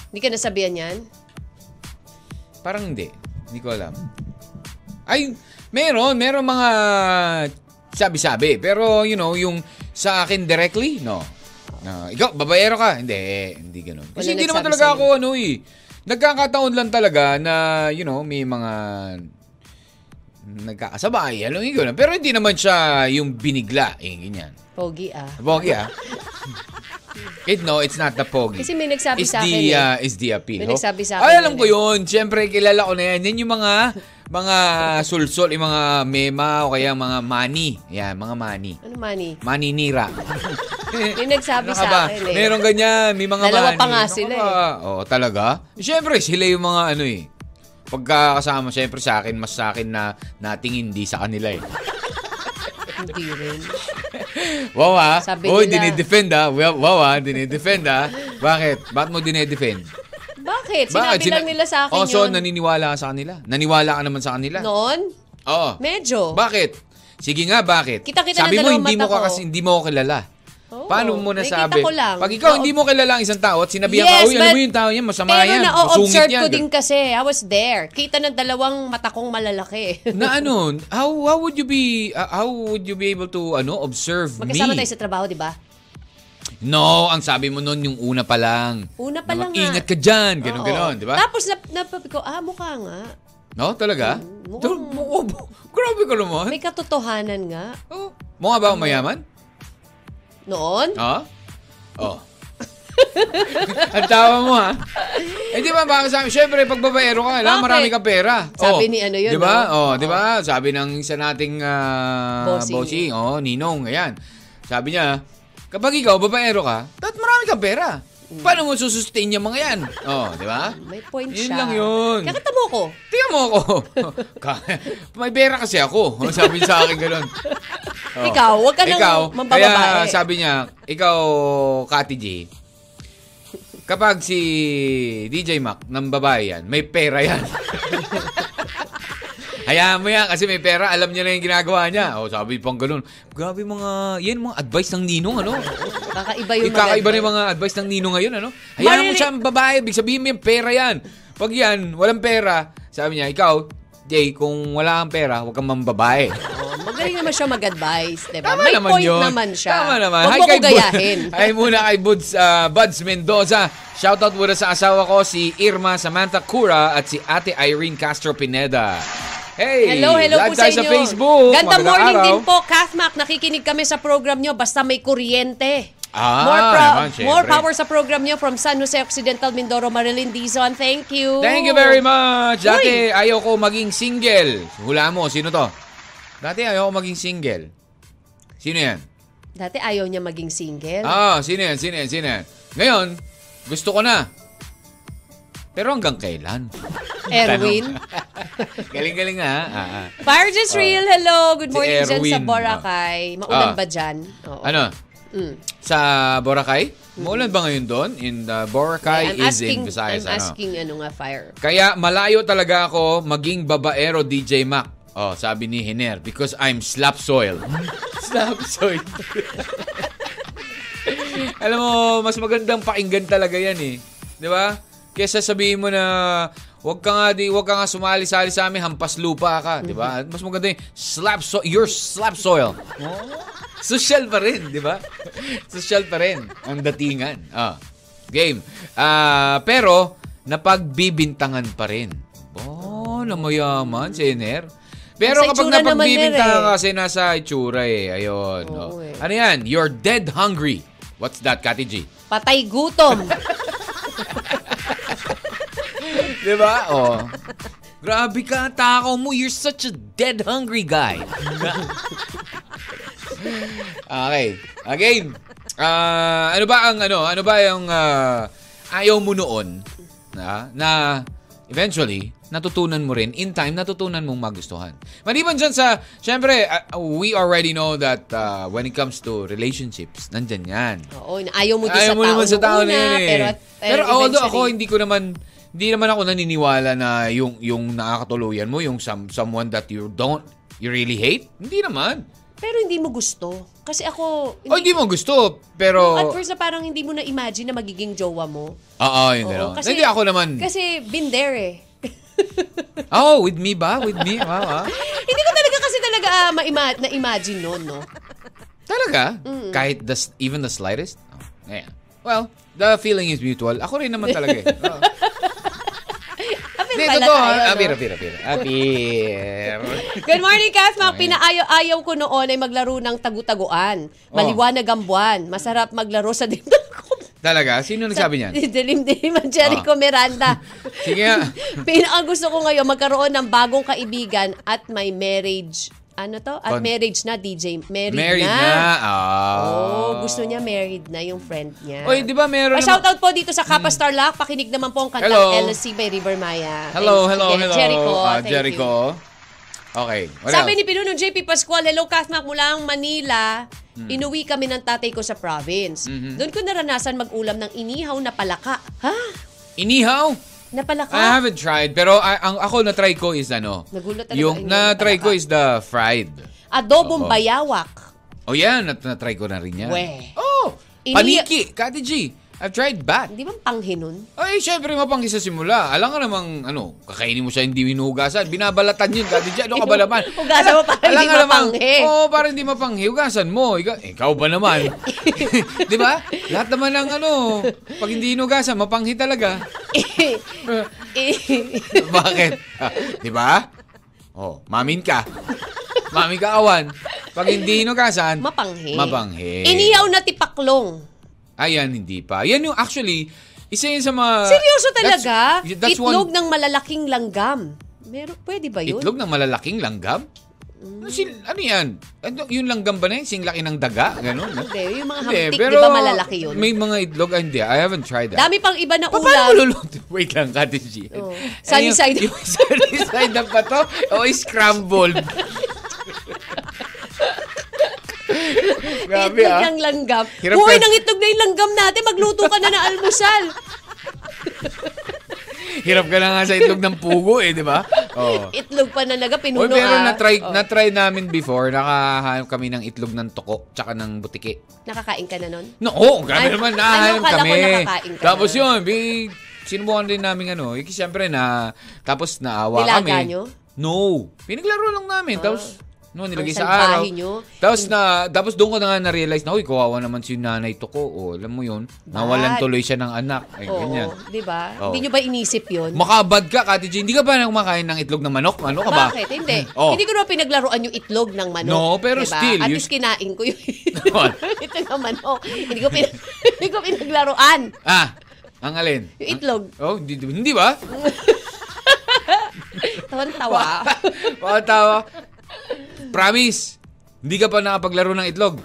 Speaker 5: Hindi ka nasabihan yan?
Speaker 4: Parang hindi. Hindi ko alam. Ay, meron. Meron mga sabi-sabi. Pero, you know, yung sa akin directly, no. No. ikaw, babayero ka? Hindi, hindi ganun. Kasi
Speaker 5: Wala
Speaker 4: hindi naman
Speaker 5: nagsabi
Speaker 4: talaga
Speaker 5: sa'yo.
Speaker 4: ako, ano eh. Nagkakataon lang talaga na, you know, may mga nagkakasabay. Alam niyo yun. Pero hindi naman siya yung binigla. Eh, ganyan.
Speaker 5: Pogi ah.
Speaker 4: Pogi ah. It, no, it's not the pogi.
Speaker 5: Kasi may nagsabi
Speaker 4: it's
Speaker 5: sa akin
Speaker 4: The,
Speaker 5: eh.
Speaker 4: uh, it's the appeal. no?
Speaker 5: May nagsabi sa
Speaker 4: Ay,
Speaker 5: akin
Speaker 4: alam
Speaker 5: yun
Speaker 4: ko
Speaker 5: eh.
Speaker 4: yun. Siyempre, kilala ko na yan. Yan yung mga mga sulsol, yung mga mema o kaya mga money. Yan, mga money.
Speaker 5: Ano, Manny?
Speaker 4: Maninira.
Speaker 5: May nagsabi
Speaker 4: Ano ka
Speaker 5: sa
Speaker 4: ba?
Speaker 5: akin eh.
Speaker 4: Merong ganyan, may mga
Speaker 5: Dalawa
Speaker 4: money.
Speaker 5: pa nga
Speaker 4: Ano
Speaker 5: sila eh.
Speaker 4: ka ba? Oo, talaga? Siyempre, sila yung mga ano eh. Pagkakasama, siyempre sa akin, mas sa akin na nating hindi sa kanila eh.
Speaker 5: Hindi rin.
Speaker 4: Wow ah.
Speaker 5: Sabi
Speaker 4: Uy,
Speaker 5: nila.
Speaker 4: dinidefend ah. Wow, wow ah, dinidefend ah. Bakit? Bakit mo dinidefend?
Speaker 5: Bakit?
Speaker 4: Bakit?
Speaker 5: Sinabi lang
Speaker 4: Sina-
Speaker 5: nila sa akin
Speaker 4: oh, so,
Speaker 5: yun.
Speaker 4: naniniwala ka sa kanila? Naniwala ka naman sa kanila?
Speaker 5: Noon?
Speaker 4: Oo.
Speaker 5: Medyo.
Speaker 4: Bakit? Sige nga, bakit?
Speaker 5: Kita-kita ng
Speaker 4: sabi mo,
Speaker 5: dalawang
Speaker 4: hindi mo
Speaker 5: mata
Speaker 4: ka
Speaker 5: ko.
Speaker 4: kasi hindi mo ako kilala.
Speaker 5: Oo,
Speaker 4: Paano mo
Speaker 5: nakikita
Speaker 4: nasabi?
Speaker 5: ko lang.
Speaker 4: Pag ikaw
Speaker 5: Na-
Speaker 4: hindi mo kilala ang isang tao at sinabihan ka, uy, alam
Speaker 5: but-
Speaker 4: mo yung tao yan, masama
Speaker 5: pero
Speaker 4: yan,
Speaker 5: na-observe
Speaker 4: masungit yan.
Speaker 5: ko din kasi. I was there. Kita ng dalawang mata kong malalaki.
Speaker 4: na ano, how, how would you be, uh, how would you be able to, ano, observe
Speaker 5: Magkasama
Speaker 4: me?
Speaker 5: tayo sa trabaho, di ba?
Speaker 4: No, ang sabi mo noon yung una pa lang.
Speaker 5: Una pa
Speaker 4: Na
Speaker 5: lang
Speaker 4: Ingat ka
Speaker 5: nga.
Speaker 4: dyan, ganun
Speaker 5: Oo.
Speaker 4: ganon, di ba?
Speaker 5: Tapos nap- napapi ko, ah, mukha nga.
Speaker 4: No, talaga?
Speaker 5: mukhang-
Speaker 4: Dur- mu- mu- Grabe ka naman.
Speaker 5: May Ano? katotohanan nga.
Speaker 4: Oh, mukha ba akong mayaman?
Speaker 5: Noon?
Speaker 4: Ah? Oh. Ang tawa mo ha. Eh di ba baka sabi, syempre pag babaero ka, alam,
Speaker 5: Bakit?
Speaker 4: marami kang pera.
Speaker 5: Sabi
Speaker 4: Oh,
Speaker 5: ni ano yun,
Speaker 4: Di ba?
Speaker 5: no?
Speaker 4: Oh, di ba? Sabi ng isa nating ah, bossing.
Speaker 5: Bossing.
Speaker 4: oh, Ninong, ayan. Sabi niya, kapag ikaw babaero ka, dapat marami kang pera.
Speaker 5: Mm.
Speaker 4: Paano mo susustain yung mga yan? Oh, di ba?
Speaker 5: May point
Speaker 4: Yun
Speaker 5: siya.
Speaker 4: lang yun.
Speaker 5: Kakatamo ko.
Speaker 4: Tingnan mo ako. Ka- May pera kasi ako. Sabi niya sa akin ganun. Oh.
Speaker 5: Ikaw, huwag ka nang
Speaker 4: Ikaw,
Speaker 5: mambababae.
Speaker 4: kaya sabi niya, ikaw, Kati J, kapag si DJ Mac ng babae yan, may pera yan. Hayaan mo yan kasi may pera, alam niya na yung ginagawa niya. O sabi pang ganun, grabe mga, yan mga advice ng ninong ano.
Speaker 5: Kakaiba yung
Speaker 4: Ikakaiba na
Speaker 5: maganda.
Speaker 4: yung mga advice ng ninong ngayon ano. Hayaan mo
Speaker 5: Marili-
Speaker 4: siya ang babae, ibig sabihin may pera yan. Pag yan, walang pera, sabi niya, ikaw, Jay, kung wala kang pera, huwag kang mambabae.
Speaker 5: Oh, magaling naman siya mag-advise, di ba?
Speaker 4: Tama
Speaker 5: May
Speaker 4: naman
Speaker 5: point
Speaker 4: yun.
Speaker 5: naman siya.
Speaker 4: Tama naman.
Speaker 5: Huwag
Speaker 4: Hi
Speaker 5: mo ko
Speaker 4: kay Bud-
Speaker 5: gayahin.
Speaker 4: Hi muna kay Buds, ah, Buds Mendoza. Shoutout muna sa asawa ko, si Irma Samantha Cura at si Ate Irene Castro Pineda. Hey!
Speaker 5: Hello, hello
Speaker 4: live
Speaker 5: po sa
Speaker 4: tayo
Speaker 5: inyo.
Speaker 4: sa Facebook.
Speaker 5: Gandang
Speaker 4: Magandang
Speaker 5: morning
Speaker 4: araw.
Speaker 5: din po, Kathmac. Nakikinig kami sa program nyo basta may kuryente.
Speaker 4: Ah,
Speaker 5: more,
Speaker 4: naman, syempre.
Speaker 5: more power sa program nyo from San Jose Occidental, Mindoro, Marilyn Dizon. Thank you.
Speaker 4: Thank you very much. Dati
Speaker 5: Oh. Uy.
Speaker 4: ayoko maging single. Hula mo, sino to? Dati ayoko maging single. Sino yan?
Speaker 5: Dati ayaw niya maging single.
Speaker 4: Ah, sino yan? Sino yan? Sino yan? Ngayon, gusto ko na. Pero hanggang kailan?
Speaker 5: Erwin.
Speaker 4: Galing-galing nga. ha? Ah, ah.
Speaker 5: Fire just real. Hello.
Speaker 4: Si
Speaker 5: Good morning dyan sa
Speaker 4: Erwin.
Speaker 5: Boracay.
Speaker 4: Ah.
Speaker 5: Maulan ba dyan? Oo.
Speaker 4: Ano?
Speaker 5: Mm.
Speaker 4: Sa Boracay? Maulan ba ngayon doon? In the Boracay
Speaker 5: I'm
Speaker 4: is
Speaker 5: asking,
Speaker 4: in Visayas.
Speaker 5: I'm
Speaker 4: ano?
Speaker 5: asking ano nga, Fire.
Speaker 4: Kaya malayo talaga ako maging babaero DJ Mac. Oh, sabi ni Hiner, because I'm slap soil. slap soil. Alam mo, mas magandang pakinggan talaga yan eh. Di ba? Kesa sabihin mo na, wag ka nga, di, wag ka nga sumali-sali sa amin, hampas lupa ka. Di ba? At Mas maganda yung slap soil. You're slap soil. Oh. Social pa rin, di ba? Social pa rin ang datingan. Ah, game. Ah, pero, napagbibintangan pa rin. Oh. Wala mayaman si Ener. Pero
Speaker 5: Sa
Speaker 4: kapag
Speaker 5: itsura naman,
Speaker 4: napagbibing
Speaker 5: Ner,
Speaker 4: ka
Speaker 5: eh.
Speaker 4: kasi nasa itsura eh. Ayun.
Speaker 5: Oo,
Speaker 4: oh.
Speaker 5: eh.
Speaker 4: Ano yan? You're dead hungry. What's that, Kati G?
Speaker 5: Patay gutom.
Speaker 4: Di ba? Oh. Grabe ka, ang takaw mo. You're such a dead hungry guy. okay. Again. Ah, ano ba ang ano? Ano ba yung ah, ayaw mo noon na, na eventually natutunan mo rin in time natutunan mong magustuhan. Maliban dyan sa syempre ah, we already know that ah, when it comes to relationships, nandyan 'yan.
Speaker 5: Oo, na- ayaw mo din
Speaker 4: Ayaw
Speaker 5: sa tao
Speaker 4: naman sa
Speaker 5: nung
Speaker 4: tao
Speaker 5: una,
Speaker 4: na yun eh.
Speaker 5: Pero, at-
Speaker 4: Pero
Speaker 5: eh,
Speaker 4: although ako,
Speaker 5: eventually-
Speaker 4: hindi ko naman, hindi naman ako naniniwala na yung, yung nakakatuluyan mo, yung some, someone that you don't, you really hate, hindi naman.
Speaker 5: Pero hindi mo gusto. Kasi ako,
Speaker 4: O, hindi mo gusto, pero...
Speaker 5: at first na parang hindi mo na-imagine na magiging jowa mo.
Speaker 4: Oo, ah, yun
Speaker 5: Oo,
Speaker 4: gano'n. Hindi ako naman.
Speaker 5: Kasi been there eh.
Speaker 4: Oh, with me ba? With me? Wow, ah.
Speaker 5: hindi ko talaga kasi talaga ah, maima- na-imagine noon, no?
Speaker 4: Talaga?
Speaker 5: Mm.
Speaker 4: Kahit the, s- even the slightest? Oh, ayan. Well, the feeling is mutual. Ako rin naman talaga eh. Oo.
Speaker 5: Apir
Speaker 4: Hindi,
Speaker 5: pala
Speaker 4: totoo.
Speaker 5: tayo,
Speaker 4: ah.
Speaker 5: no?
Speaker 4: Apir, apir, apir. Apir.
Speaker 5: Good morning, Kathmak.
Speaker 4: Okay.
Speaker 5: Pinaayaw-ayaw ko noon ay maglaro ng tagutaguan. Maliwanag ang buwan. Masarap maglaro sa dimdakom.
Speaker 4: Talaga? Sino nagsabi niyan? Ah.
Speaker 5: Dilim-dilim ang Jericho Miranda.
Speaker 4: Sige nga.
Speaker 5: Pinaka gusto ko ngayon, magkaroon ng bagong kaibigan at may marriage. Ano to? At
Speaker 4: Con-
Speaker 5: marriage na, DJ. Married,
Speaker 4: Married na. Ah.
Speaker 5: Oh, gusto niya married na yung friend niya.
Speaker 4: Oy, di ba meron naman-
Speaker 5: Ah,
Speaker 4: Hmm.
Speaker 5: shoutout po dito sa Kappa Starlock. Pakinig naman po ang kantang
Speaker 4: Hello.
Speaker 5: LSC by River Maya.
Speaker 4: Hello,
Speaker 5: Thanks
Speaker 4: hello,
Speaker 5: again.
Speaker 4: hello.
Speaker 5: Jericho.
Speaker 4: Ah,
Speaker 5: thank
Speaker 4: Jericho.
Speaker 5: you.
Speaker 4: Okay. What
Speaker 5: Sabi
Speaker 4: else?
Speaker 5: ni Pinuno JP Pascual, hello Kathmak mula ang Manila.
Speaker 4: Hmm.
Speaker 5: Inuwi kami ng tatay ko sa province.
Speaker 4: Mhm.
Speaker 5: Doon ko naranasan mag-ulam ng inihaw na palaka. Ha?
Speaker 4: Inihaw?
Speaker 5: Na palaka?
Speaker 4: I haven't tried, pero I, ang ako na-try ko is ano?
Speaker 5: Ah. Nagulat talaga
Speaker 4: Yung
Speaker 5: yun, yung
Speaker 4: na-try ko
Speaker 5: palaka.
Speaker 4: is the fried. Oo.
Speaker 5: Adobong bayawak.
Speaker 4: Oh yan, nat- na-try ko na rin yan.
Speaker 5: Weh.
Speaker 4: Oh!
Speaker 5: Ini-
Speaker 4: Paniki, Kati G. I've tried bat.
Speaker 5: Hindi ba panghin nun?
Speaker 4: Ay, syempre, mapangki sa simula. Alam ka namang, ano, kakainin mo siya, hindi hinuhugasan. Binabalatan yun, Kati G. Ano ka ba naman?
Speaker 5: Hugasan mo para
Speaker 4: Alam
Speaker 5: hindi
Speaker 4: ka namang-
Speaker 5: mapanghi.
Speaker 4: Oo, oh, para hindi mapanghi. Hugasan mo. Ika, ikaw ba naman? Di ba? Lahat naman ng ano, pag hindi hinugasan, mapanghi talaga. Bakit? Ah, Di ba? Oh, mamin ka. Mamin ka awan. Pag hindi hinugasan,
Speaker 5: Mapanghi.
Speaker 4: Mapanghi.
Speaker 5: Inihaw na tipaklong.
Speaker 4: Ayan, hindi pa. Yan yung actually, isa yun sa mga...
Speaker 5: Seryoso
Speaker 4: Ah,
Speaker 5: talaga?
Speaker 4: That's, that's one,
Speaker 5: Itlog ng malalaking langgam. Meron, pwede ba yun?
Speaker 4: Itlog ng malalaking langgam? Ano, sin, ano yan? Ano, yung langgam ba na yun? Sing laki ng daga? Ganon? no?
Speaker 5: Hindi, yung mga
Speaker 4: Hindi,
Speaker 5: hamtik,
Speaker 4: pero
Speaker 5: di ba malalaki yun?
Speaker 4: May mga itlog, ah, hindi. I haven't tried that.
Speaker 5: Dami Oh. pang iba na
Speaker 4: Pa- Paano mo
Speaker 5: ulam.
Speaker 4: luluto? Wait lang, Kati G. Ano
Speaker 5: Oo. Sunny
Speaker 4: yung-
Speaker 5: side up.
Speaker 4: Yung sunny side up ba to? O scrambled? Grabe
Speaker 5: itlog
Speaker 4: ah.
Speaker 5: ng langgam.
Speaker 4: Hirap
Speaker 5: Buhay
Speaker 4: ka-
Speaker 5: ng itlog na yung langgam natin. Magluto ka na na almusal.
Speaker 4: Hirap ka na nga sa itlog ng pugo eh, di ba? Oo.
Speaker 5: Itlog pa na naga, pinuno
Speaker 4: Oy, pero
Speaker 5: ah.
Speaker 4: na-try,
Speaker 5: Oh.
Speaker 4: na-try namin before, nakahanap kami ng itlog ng toko tsaka ng butiki.
Speaker 5: Nakakain ka na nun?
Speaker 4: Noo, oh, grabe
Speaker 5: Ay,
Speaker 4: naman,
Speaker 5: ano,
Speaker 4: nahanap
Speaker 5: kala ko
Speaker 4: kami.
Speaker 5: nakakain ka
Speaker 4: Tapos
Speaker 5: na.
Speaker 4: yun, bi, sinubukan din namin ano, yung siyempre na, tapos naawa
Speaker 5: Nilaga
Speaker 4: kami.
Speaker 5: nyo? Ah.
Speaker 4: No, pinaglaro lang namin. Tapos, no, nilagay sa
Speaker 5: Ang
Speaker 4: araw.
Speaker 5: salbahe nyo.
Speaker 4: Tapos na, tapos doon ko na nga na-realize na, uy, kawawa naman si nanay to ko. O, alam mo yun, nawalan
Speaker 5: Bad.
Speaker 4: tuloy siya ng anak. Ay,
Speaker 5: Oo,
Speaker 4: ganyan.
Speaker 5: di ba?
Speaker 4: Oo.
Speaker 5: Hindi nyo ba inisip yun?
Speaker 4: Makabad ka, Kati G. Hindi ka ba kumakain ng itlog ng manok? Ano ka ba?
Speaker 5: Bakit? Hindi.
Speaker 4: Oh.
Speaker 5: Hindi ko naman pinaglaruan yung itlog ng manok.
Speaker 4: No, pero
Speaker 5: diba?
Speaker 4: still,
Speaker 5: At
Speaker 4: you-
Speaker 5: least kinain ko yung
Speaker 4: What?
Speaker 5: itlog ng manok. Hindi ko, pin- hindi ko pinaglaruan
Speaker 4: Ah, ang alin?
Speaker 5: yung itlog.
Speaker 4: Oh, hindi, hindi ba?
Speaker 5: Tawan-tawa.
Speaker 4: Baka tawa. Promise, hindi ka pa nakapaglaro ng itlog.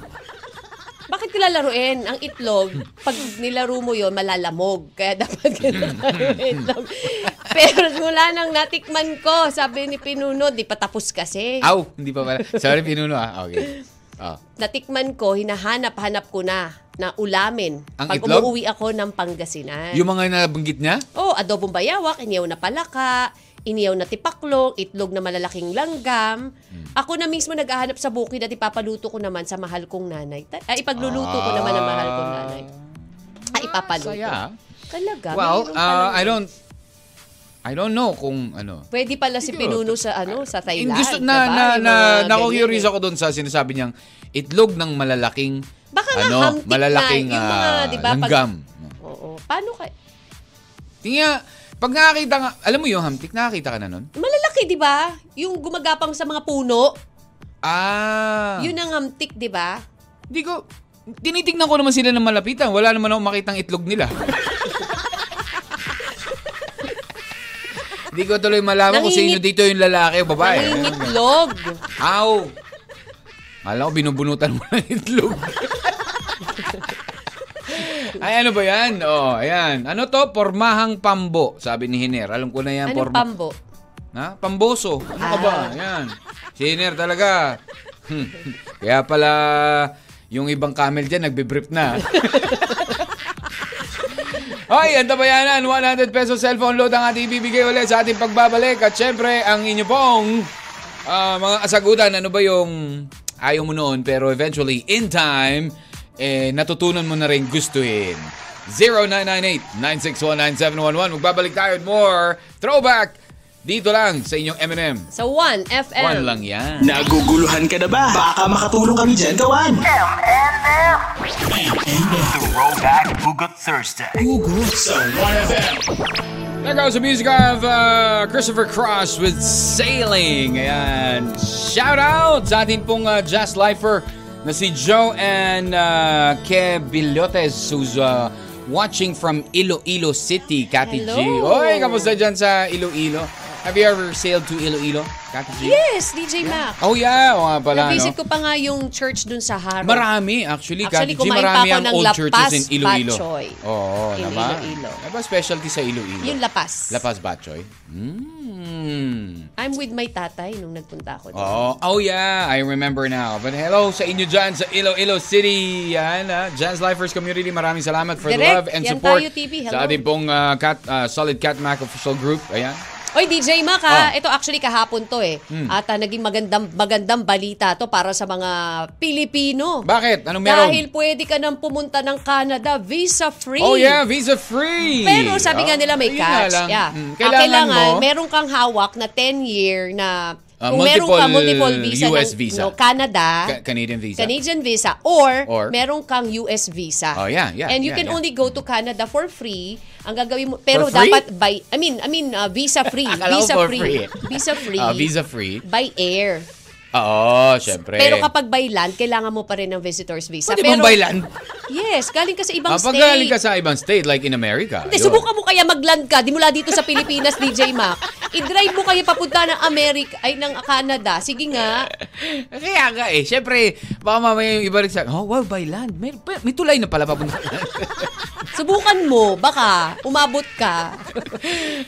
Speaker 5: Bakit ko lalaruin? Ang itlog, pag nilaro mo yon malalamog. Kaya dapat kinakain ng itlog. Pero mula nang natikman ko, sabi ni Pinuno, di pa tapos kasi.
Speaker 4: Aw, hindi pa pala. Sorry, pinuno ah. Okay. Ah.
Speaker 5: Natikman ko, hinahanap-hanap ko na na ulamin.
Speaker 4: Ang
Speaker 5: pag
Speaker 4: itlog?
Speaker 5: umuwi ako ng Pangasinan.
Speaker 4: Yung mga nabanggit niya?
Speaker 5: Oh, adobong bayawak, iniyaw na palaka, iniyaw na tipaklong, itlog na malalaking langgam.
Speaker 4: Hmm.
Speaker 5: Ako na mismo naghahanap sa bukid at ipapaluto ko naman sa mahal kong nanay. Ta- Ay, ipagluluto ko naman ang mahal kong nanay. Ay, ipapaluto.
Speaker 4: Saya. ah.
Speaker 5: Talaga?
Speaker 4: Well, uh,
Speaker 5: mayroon palang-
Speaker 4: I don't I don't know kung ano.
Speaker 5: Pwede pala si Pinuno sa ano sa Thailand.
Speaker 4: Gusto na
Speaker 5: diba?
Speaker 4: na
Speaker 5: Yung
Speaker 4: na
Speaker 5: mga
Speaker 4: nako-curious
Speaker 5: ganyan eh.
Speaker 4: ako doon sa sinasabi niyang itlog ng malalaking
Speaker 5: Baka nga
Speaker 4: ano,
Speaker 5: hamtik na,
Speaker 4: malalaking
Speaker 5: yung mga,
Speaker 4: ah,
Speaker 5: di ba, pag-
Speaker 4: langgam.
Speaker 5: Oo. Paano kay
Speaker 4: Tingnan, pag nakakita nga, alam mo yung hamtik, nakakita ka na nun?
Speaker 5: Malalaki lalaki, di ba? Yung gumagapang sa mga puno.
Speaker 4: Ah.
Speaker 5: Yun ang hamtik, di ba?
Speaker 4: Hindi ko, tinitingnan ko naman sila ng malapitan. Wala naman ako makitang itlog nila. Hindi ko tuloy malaman kung
Speaker 5: Nangingit-
Speaker 4: sino dito yung lalaki o babae.
Speaker 5: Nangingitlog.
Speaker 4: Aw! Alam ko, binubunutan mo ng itlog. Ay, ano ba yan? Oh, ayan. Ano to? Pormahang pambo, sabi ni Hiner. Alam ko na yan.
Speaker 5: Anong
Speaker 4: porma-
Speaker 5: pambo?
Speaker 4: Ha? Pamboso. Ano ka ba? Yan. Sinner talaga. Hmm. Kaya pala, yung ibang camel dyan, nagbe-brief na. Hoy, ang tabayanan, 100 peso cellphone load ang ating ibibigay ulit sa ating pagbabalik. At syempre, ang inyo pong ah, mga kasagutan, ano ba yung ayaw mo noon pero eventually in time, eh, natutunan mo na rin gustuhin. 0998-961-9711. Magbabalik tayo at more throwback dito lang sa inyong M&M.
Speaker 5: Sa 1FM.
Speaker 4: One lang yan.
Speaker 1: Naguguluhan ka na ba? Baka makatulong kami dyan gawan.
Speaker 2: M&M.
Speaker 1: Throwback Hugot Thursday. Hugot sa 1FM.
Speaker 4: There goes the music of uh, Christopher Cross with Sailing. Ayan. Shout out sa atin pong uh, Jazz Lifer na si Joe and uh, Ke Bilotes who's uh, watching from Iloilo City, Kati G.
Speaker 5: Hello.
Speaker 4: Oy, kamusta dyan sa Iloilo? Have you ever sailed to Iloilo, Kati G?
Speaker 5: Yes, DJ Mac.
Speaker 4: Oh yeah, o nga pala.
Speaker 5: Na-visit
Speaker 4: No?
Speaker 5: ko pa nga yung church dun sa Haro.
Speaker 4: Marami actually, Kati
Speaker 5: Actually,
Speaker 4: G.
Speaker 5: kumain pa
Speaker 4: Marami
Speaker 5: ako
Speaker 4: ang
Speaker 5: ng
Speaker 4: old
Speaker 5: lapas,
Speaker 4: churches in Iloilo.
Speaker 5: batchoy.
Speaker 4: Oo,
Speaker 5: In
Speaker 4: naman.
Speaker 5: Iloilo.
Speaker 4: Diba specialty sa Iloilo?
Speaker 5: Yung lapas.
Speaker 4: Lapas Batchoy. Mm.
Speaker 5: I'm with my tatay nung nagpunta ako dun.
Speaker 4: Oh, oh yeah, I remember now. But hello sa inyo dyan sa Iloilo City. Yan, ah. Jan's Lifers Community, maraming salamat for the
Speaker 5: Direct.
Speaker 4: love and
Speaker 5: Yan
Speaker 4: support
Speaker 5: tayo, TV. Hello.
Speaker 4: sa ating pong ah, cat, ah, Solid Cat Mac official group. Ayan.
Speaker 5: Oy, DJ Mac ha,
Speaker 4: Oh. Hmm.
Speaker 5: ito actually kahapon to eh. At ah, naging magandang, magandang balita to para sa mga Pilipino.
Speaker 4: Bakit? Anong meron?
Speaker 5: Dahil pwede ka nang pumunta ng Canada visa-free.
Speaker 4: Oh yeah, visa free.
Speaker 5: Pero sabi
Speaker 4: Oh,
Speaker 5: nga nila may
Speaker 4: yun nga
Speaker 5: catch.
Speaker 4: lang.
Speaker 5: Yeah.
Speaker 4: Mm,
Speaker 5: Ah,
Speaker 4: Kailangan, mo.
Speaker 5: meron kang hawak na 10-year na
Speaker 4: Ah,
Speaker 5: kung meron
Speaker 4: multiple
Speaker 5: ka multiple visa
Speaker 4: US
Speaker 5: ng
Speaker 4: visa.
Speaker 5: No, Canada,
Speaker 4: Ca- Canadian visa.
Speaker 5: Canadian visa or,
Speaker 4: Or?
Speaker 5: meron kang US visa.
Speaker 4: Oh, yeah, yeah,
Speaker 5: And you
Speaker 4: yeah,
Speaker 5: can
Speaker 4: yeah.
Speaker 5: only go to Canada for free. Ang gagawin mo pero
Speaker 4: For free?
Speaker 5: dapat by I mean, I mean uh, visa free,
Speaker 4: Akala ko
Speaker 5: visa
Speaker 4: for
Speaker 5: free.
Speaker 4: free.
Speaker 5: Visa free.
Speaker 4: Ah, visa free.
Speaker 5: By air.
Speaker 4: Oo, syempre.
Speaker 5: Pero kapag by land, kailangan mo pa rin ng visitor's visa.
Speaker 4: Pwede
Speaker 5: pero,
Speaker 4: bang baylan?
Speaker 5: Yes, galing ka sa ibang
Speaker 4: Ah,
Speaker 5: state.
Speaker 4: pag galing ka sa ibang state, like in America.
Speaker 5: Hindi,
Speaker 4: yun.
Speaker 5: subukan mo kaya mag-land ka di mula dito sa Pilipinas, DJ Mac. I-drive mo kayo papunta ng Amerika, ay ng Canada. Sige nga.
Speaker 4: Kaya nga eh, syempre, baka mamaya yung iba rin sa, oh wow, by land, may, may tulay na pala papunta.
Speaker 5: Subukan mo. Baka umabot ka.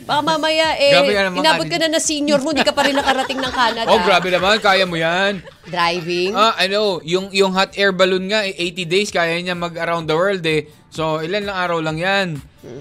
Speaker 5: Baka mamaya eh,
Speaker 4: Grabe ka naman,
Speaker 5: inabot
Speaker 4: Karen.
Speaker 5: ka na na senior mo, di ka pa rin nakarating ng Canada.
Speaker 4: oh, grabe naman, kaya mo yan.
Speaker 5: Driving.
Speaker 4: Ah, ano, yung, yung hot air balloon nga, eh, 80 days, kaya niya mag around the world eh. So, ilan lang araw lang yan.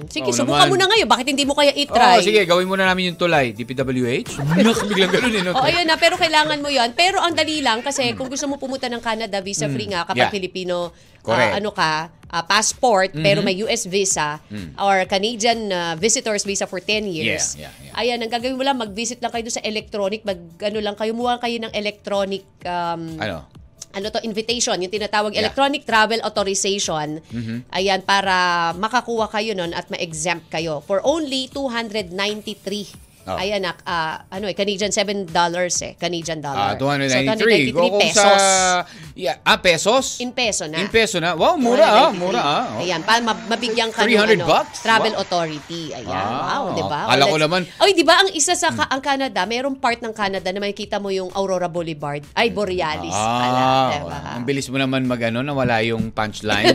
Speaker 5: Sige,
Speaker 4: Oo Oh,
Speaker 5: subukan
Speaker 4: naman.
Speaker 5: mo na ngayon. Bakit hindi mo kaya
Speaker 4: Oh,
Speaker 5: i-try?
Speaker 4: sige, gawin muna namin yung tulay. DPWH? Nak, biglang ganun eh. No?
Speaker 5: Oo, Oh, ayun na. Pero kailangan mo yon Pero ang dali lang kasi kung gusto mo pumunta ng Canada, visa-free nga kapag
Speaker 4: Mm. Yeah.
Speaker 5: Filipino,
Speaker 4: Correct. Mm-hmm.
Speaker 5: ah, ano ka, ah, passport, pero may US visa or Canadian ah, visitor's visa for 10 years.
Speaker 4: Mm. Yeah, yeah, yeah.
Speaker 5: Ayan, ang gagawin mo lang, mag-visit lang kayo doon sa electronic, mag, ano lang kayo, muha kayo ng electronic um,
Speaker 4: Ano?
Speaker 5: ano to invitation yung tinatawag
Speaker 4: Yeah. Mm-hmm.
Speaker 5: electronic travel authorization ayan para makakuha kayo nun at ma-exempt kayo for only 293
Speaker 4: Oh.
Speaker 5: ayan nak ah, ano eh Canadian 7 dollars eh Canadian
Speaker 4: Ah,
Speaker 5: dollar
Speaker 4: 293.
Speaker 5: so,
Speaker 4: Go
Speaker 5: 293
Speaker 4: kung
Speaker 5: pesos
Speaker 4: sa... Yeah, ah, pesos?
Speaker 5: in peso na
Speaker 4: In peso na? Wow, mura ah,
Speaker 5: 293.
Speaker 4: mura ah. Oh.
Speaker 5: Ayan, para ma- mabigyan ka ng
Speaker 4: 300
Speaker 5: ano,
Speaker 4: bucks?
Speaker 5: travel
Speaker 4: Wow.
Speaker 5: authority. Ayan,
Speaker 4: Ah,
Speaker 5: wow, di ba?
Speaker 4: akala ko
Speaker 5: Oh, that's-
Speaker 4: naman- Hmm.
Speaker 5: Ay, di ba ang isa sa ka- ang Canada, mayroong part ng Canada na makikita mo yung Aurora Boulevard. Ay, Borealis pala. diba? di ba?
Speaker 4: Ah, ang bilis mo naman magano nawala yung punchline.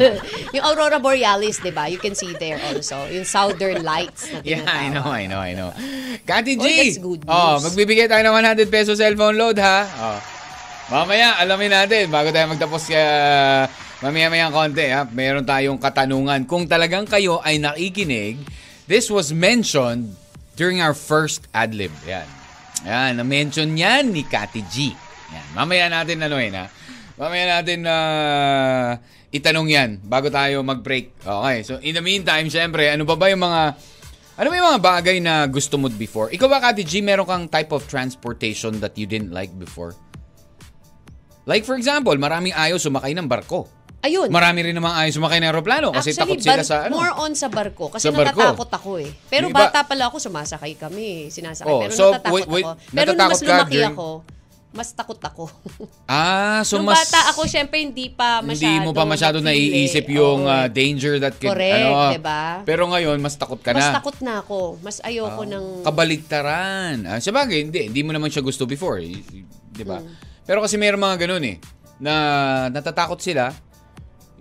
Speaker 5: yung Aurora Borealis, di ba? You can see there also. Yung Southern Lights na
Speaker 4: yeah,
Speaker 5: tinatawag.
Speaker 4: I know, I know, I know. Kati G!
Speaker 5: Oh, that's good
Speaker 4: Oh,
Speaker 5: news.
Speaker 4: magbibigay tayo ng 100 pesos cellphone load, ha? Oh. Mamaya, alamin natin, bago tayo magtapos uh, mamaya-maya konti, ha? Meron tayong katanungan. Kung talagang kayo ay nakikinig, this was mentioned during our first ad-lib. Yan. Yan, na-mention yan ni Kati G. Yan. Mamaya natin ano yun, ha? Mamaya natin na itanong yan bago tayo mag-break. Okay, so in the meantime, syempre, ano ba ba yung mga ano may mga bagay na gusto mo before? Ikaw ba, Kati G, meron kang type of transportation that you didn't like before? Like for example, maraming ayaw sumakay ng barko.
Speaker 5: Ayun.
Speaker 4: Marami rin namang ayaw sumakay ng aeroplano kasi takot sila
Speaker 5: bar-
Speaker 4: sa ano.
Speaker 5: more on sa barko. Kasi
Speaker 4: Sa barko.
Speaker 5: natatakot ako eh. Pero
Speaker 4: Yung iba-
Speaker 5: bata pala ako, sumasakay kami. eh. Sinasakay.
Speaker 4: Oh,
Speaker 5: pero
Speaker 4: so,
Speaker 5: natatakot
Speaker 4: wait, wait,
Speaker 5: ako. Pero nung mas
Speaker 4: natatakot ka
Speaker 5: lumaki
Speaker 4: during-
Speaker 5: ako, mas takot ako.
Speaker 4: Ah, so
Speaker 5: nung
Speaker 4: mas...
Speaker 5: bata ako, syempre hindi pa masyado.
Speaker 4: hindi mo pa masyado
Speaker 5: na-feel eh.
Speaker 4: naiisip yung
Speaker 5: Oo.
Speaker 4: ah, danger that could...
Speaker 5: Correct,
Speaker 4: ano,
Speaker 5: diba?
Speaker 4: Pero ngayon, mas takot ka
Speaker 5: Mas
Speaker 4: na.
Speaker 5: takot na ako. Mas ayoko
Speaker 4: Ah,
Speaker 5: ng...
Speaker 4: Kabaligtaran. Ah, sabagay, hindi. Hindi mo naman siya gusto before. eh, Di ba? Pero kasi mayroong mga ganun eh. Na natatakot sila.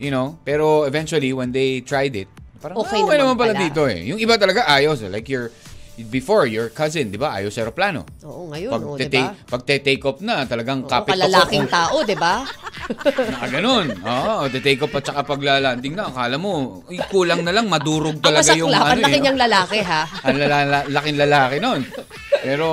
Speaker 4: You know? Pero eventually, when they tried it, parang okay,
Speaker 5: Okay
Speaker 4: okay naman,
Speaker 5: naman
Speaker 4: pala,
Speaker 5: pala."
Speaker 4: dito eh. Yung iba talaga ayaw. So, Like your... Before, your cousin, di ba? Ayaw sa aeroplano.
Speaker 5: Oo, ngayon.
Speaker 4: Pag,
Speaker 5: oh,
Speaker 4: tete-
Speaker 5: diba?
Speaker 4: pag te-take off na, talagang
Speaker 5: Oo,
Speaker 4: kapit
Speaker 5: kalalaking tao, di ba?
Speaker 4: Naka ganun. Oo, te-take off at saka paglalanding na. Akala mo, ay, kulang na lang, madurog
Speaker 5: Ang
Speaker 4: talaga yung
Speaker 5: masaklapan,
Speaker 4: ano.
Speaker 5: laki
Speaker 4: eh, no?
Speaker 5: niyang lalaki ha.
Speaker 4: Ang lala- laking lalaki nun. Pero...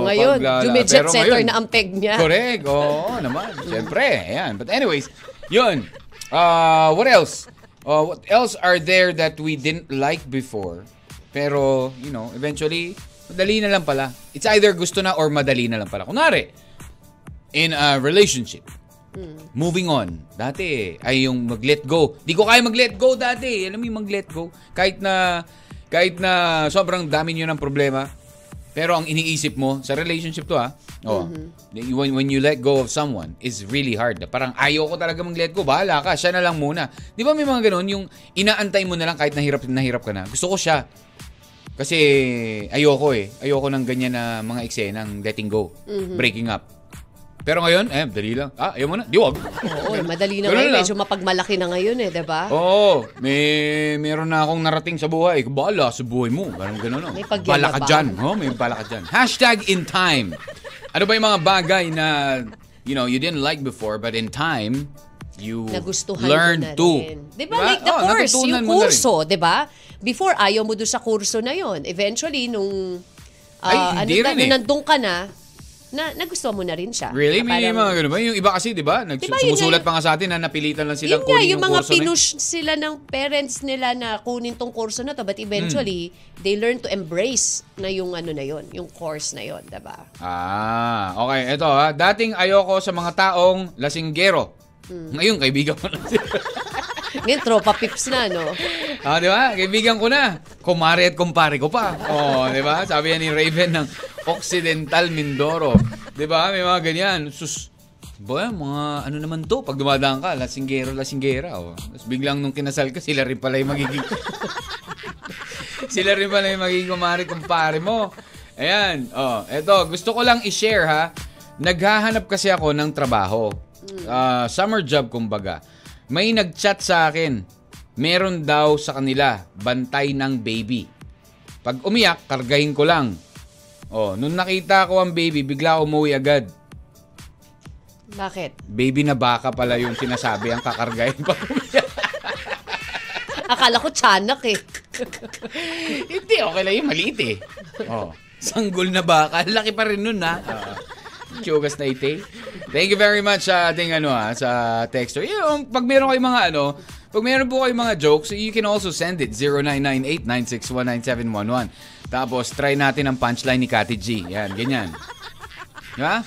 Speaker 5: Oh, ngayon,
Speaker 4: paglala-
Speaker 5: jumijet
Speaker 4: pero
Speaker 5: setter
Speaker 4: ngayon,
Speaker 5: na ang peg niya.
Speaker 4: Correct. Oo naman. Siyempre. Ayan. But anyways, yun. Uh, what else? Uh, what else are there that we didn't like before? Pero, you know, eventually, madali na lang pala. It's either gusto na or madali na lang pala. Kunwari, in a relationship, moving on. Dati, ay yung mag-let go. Di ko kaya mag-let go dati. Alam mo yung mag-let go. Kahit na, kahit na sobrang dami nyo ng problema, pero ang iniisip mo, sa relationship to ha, oh, when, when you let go of someone, is really hard. Parang ayaw ko talaga mag-let go. Bahala ka, siya na lang muna. Di ba may mga ganun, yung inaantay mo na lang kahit nahirap na nahirap ka na. Gusto ko siya. Kasi ayoko eh. Ayoko ng ganyan na mga eksenang letting go, breaking up. Pero ngayon, eh, dali lang. Ah, ayaw mo na. Di wag.
Speaker 5: Oo, eh, madali na
Speaker 4: Ganun
Speaker 5: ngayon.
Speaker 4: lang. Oh.
Speaker 5: Medyo mapagmalaki na ngayon eh, di ba?
Speaker 4: Oo, may meron na akong narating sa buhay. Bala sa buhay mo. Parang gano'n. No?
Speaker 5: May pagyayabang.
Speaker 4: Bala ka dyan. Oh, may bala ka dyan. Hashtag in time. Ano ba yung mga bagay na, you know, you didn't like before, but in time, you
Speaker 5: Nagustuhan
Speaker 4: learned
Speaker 5: mo na
Speaker 4: to.
Speaker 5: rin. Di ba? Like
Speaker 4: Oh,
Speaker 5: the course,
Speaker 4: natutunan
Speaker 5: yung
Speaker 4: mo na rin.
Speaker 5: kurso, di ba? Before, ayaw mo doon sa kurso na yon. Eventually, nung, ah,
Speaker 4: Ay,
Speaker 5: ano,
Speaker 4: hindi
Speaker 5: na,
Speaker 4: rin
Speaker 5: nung
Speaker 4: eh.
Speaker 5: nandun ka na, na nagustuhan mo na rin siya.
Speaker 4: Really?
Speaker 5: Na
Speaker 4: May
Speaker 5: parang-
Speaker 4: mga ganun ba? Yung iba kasi, di ba? Nag-
Speaker 5: Di ba, yun
Speaker 4: sumusulat
Speaker 5: nga
Speaker 4: pa nga sa atin na napilitan lang silang
Speaker 5: Yun nga,
Speaker 4: kunin
Speaker 5: yung mga
Speaker 4: kurso na yun.
Speaker 5: pinush sila ng parents nila na kunin tong kurso na to. But eventually, they learn to embrace na yung ano na yon, yung course na diba? yon, di ba?
Speaker 4: Ah, okay. Ito ha. Dating ayoko sa mga taong lasinggero.
Speaker 5: Hmm.
Speaker 4: Ngayon, kaibigan ko na sila.
Speaker 5: Ngayon, tropa pips na, no?
Speaker 4: ah, di ba? Kaibigan ko na. Kumare at kumpare ko pa. Oh, di ba? Sabi yan ni Raven ng Occidental Mindoro. Di ba? May mga ganyan. Sus, ba, mga ano naman to? Pag dumadaan ka, lasinggero, lasinggera. Oh. Tapos biglang nung kinasal ka, sila rin pala yung magiging... sila rin pala yung magiging kumare kumpare mo. Ayan. Oh, eto. Gusto ko lang i-share ha. Naghahanap kasi ako ng trabaho. Ah, summer job kumbaga. May nag-chat sa akin. Meron daw sa kanila bantay ng baby. Pag umiyak, kargahin ko lang. Oh, nung nakita ko ang baby, bigla umuwi agad.
Speaker 5: Bakit?
Speaker 4: Baby na baka pala yung sinasabi ang kakargahin pag umiyak.
Speaker 5: Akala ko tiyanak eh.
Speaker 4: Hindi, okay lang yung maliit eh. Oh. Ah. Sanggol na baka. Laki pa rin nun ha. Chugas na ite. Thank you very much sa ating ano ha, sa texter. Yung, pag meron kayong mga ano, pag meron po kayong mga jokes, you can also send it 0998-961-9711. Tapos, try natin ang punchline ni Kati G. Yan, ganyan. Di ba?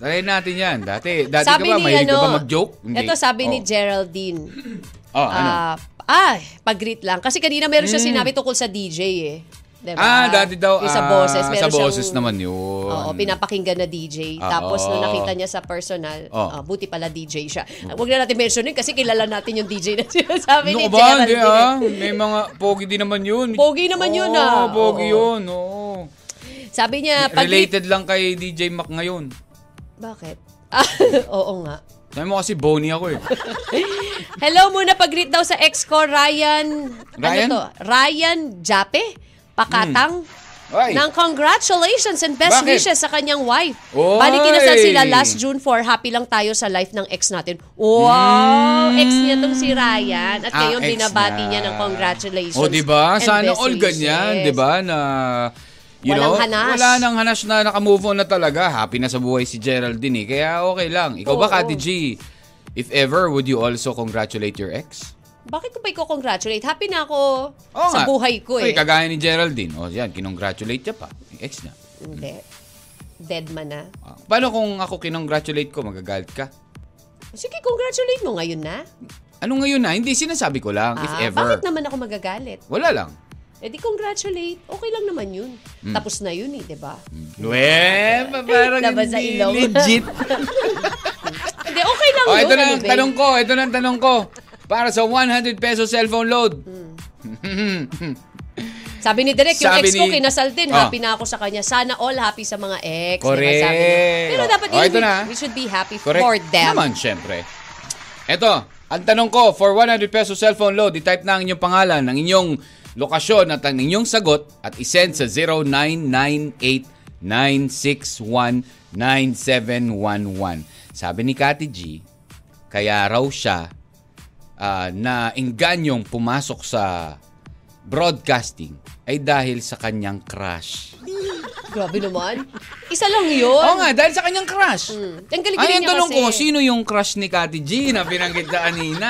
Speaker 4: Try natin yan. Dati, dati
Speaker 5: sabi
Speaker 4: ka ba,
Speaker 5: ni
Speaker 4: mahilig
Speaker 5: ano,
Speaker 4: ka ba mag-joke?
Speaker 5: Ito sabi ni
Speaker 4: Oh.
Speaker 5: Geraldine.
Speaker 4: Oh, ano? Hmm.
Speaker 5: Ah, ah, pag-greet lang. Kasi kanina meron siya sinabi tungkol sa DJ eh. Diba?
Speaker 4: ah, dati daw.
Speaker 5: Yung
Speaker 4: ah,
Speaker 5: sa boses. Meron
Speaker 4: Sa boses
Speaker 5: siyang-
Speaker 4: naman yun.
Speaker 5: Oo, pinapakinggan na DJ.
Speaker 4: Ah, Oh.
Speaker 5: Tapos nung
Speaker 4: oo.
Speaker 5: nakita niya sa personal,
Speaker 4: Oo.
Speaker 5: ah, buti pala DJ siya. Ah, Huwag na natin mentionin kasi kilala natin yung DJ na sinasabi
Speaker 4: Ano ka
Speaker 5: ni
Speaker 4: ba? Hindi
Speaker 5: Geraldine.
Speaker 4: ah. May mga, pogi din naman yun.
Speaker 5: Pogi naman yun, ah.
Speaker 4: Oo, pogi
Speaker 5: Oo.
Speaker 4: yun. Oo.
Speaker 5: Sabi niya, pag-greet-
Speaker 4: Related lang kay DJ Mac ngayon.
Speaker 5: Bakit? Ah, oo nga.
Speaker 4: Sabi mo kasi bony ako eh.
Speaker 5: Hello muna, pag-greet daw sa ex ko, Ryan...
Speaker 4: Ryan? Hmm.
Speaker 5: Ano to? Ryan Jape? Pakatang?
Speaker 4: Ay.
Speaker 5: Ng congratulations and best
Speaker 4: Bakit?
Speaker 5: wishes sa kanyang wife.
Speaker 4: Oy!
Speaker 5: Bali kinasal sila last June 4. Happy lang tayo sa life ng ex natin. Wow! Ex niya tong si Ryan. At
Speaker 4: Hmm. Ah,
Speaker 5: ngayon
Speaker 4: ex
Speaker 5: binabati
Speaker 4: na.
Speaker 5: niya ng congratulations.
Speaker 4: O, di ba? diba?
Speaker 5: and
Speaker 4: Sana
Speaker 5: best
Speaker 4: all ganyan, diba?
Speaker 5: wishes.
Speaker 4: di ba? Na, you
Speaker 5: Walang
Speaker 4: know,
Speaker 5: hanas.
Speaker 4: wala nang hanas na nakamove on na talaga. Happy na sa buhay si Geraldine eh. Kaya okay lang. Ikaw ba,
Speaker 5: Oo.
Speaker 4: Kati G? If ever, would you also congratulate your ex?
Speaker 5: Bakit ko pa i-congratulate? Happy na ako
Speaker 4: Oo nga.
Speaker 5: sa buhay ko eh.
Speaker 4: Uy, kagaya ni Geraldine. O, yan, kinongratulate niya pa. Yung ex niya.
Speaker 5: Hindi. Dead man na.
Speaker 4: Ah, Paano kung ako kinongratulate ko, magagalit ka?
Speaker 5: Sige, congratulate mo ngayon na.
Speaker 4: Ano ngayon na? Hindi, sinasabi ko lang, if
Speaker 5: Ah,
Speaker 4: ever.
Speaker 5: Bakit naman ako magagalit?
Speaker 4: Wala lang.
Speaker 5: Eh di congratulate. Okay lang naman yun.
Speaker 4: Hmm.
Speaker 5: Tapos na yun eh, di ba?
Speaker 4: Well, parang
Speaker 5: Laban sa
Speaker 4: hindi
Speaker 5: ilong.
Speaker 4: legit.
Speaker 5: Hindi, okay lang
Speaker 4: oh,
Speaker 5: yun.
Speaker 4: ito na
Speaker 5: ano
Speaker 4: ang
Speaker 5: ba?
Speaker 4: tanong ko. Ito na ang tanong ko. Para sa 100 peso cellphone load.
Speaker 5: Sabi ni Direk, yung
Speaker 4: Sabi
Speaker 5: ex ko
Speaker 4: ni-
Speaker 5: kinasal din.
Speaker 4: Ah.
Speaker 5: Happy na ako sa kanya. Sana all happy sa mga ex. di ba?
Speaker 4: Correct.
Speaker 5: Sabi niya. Pero dapat
Speaker 4: Oh,
Speaker 5: yun,
Speaker 4: ito
Speaker 5: we-
Speaker 4: na.
Speaker 5: we should be happy
Speaker 4: Correct?
Speaker 5: for them.
Speaker 4: Naman, syempre. Ito, ang tanong ko, for 100 peso cellphone load, i-type na ang inyong pangalan, ang inyong lokasyon at ang inyong sagot at isend sa 0998-961-9711. Sabi ni Kati G, kaya raw siya ah, na enganyong pumasok sa broadcasting ay dahil sa kanyang crush.
Speaker 5: Grabe naman. Isa lang yun. Hmm.
Speaker 4: Oo nga, dahil sa kanyang
Speaker 5: Mm.
Speaker 4: crush.
Speaker 5: Ang galing-galing
Speaker 4: Ay, ang
Speaker 5: niya
Speaker 4: tanong
Speaker 5: kasi.
Speaker 4: ko, sino yung crush ni Kati G na pinanggit na kanina?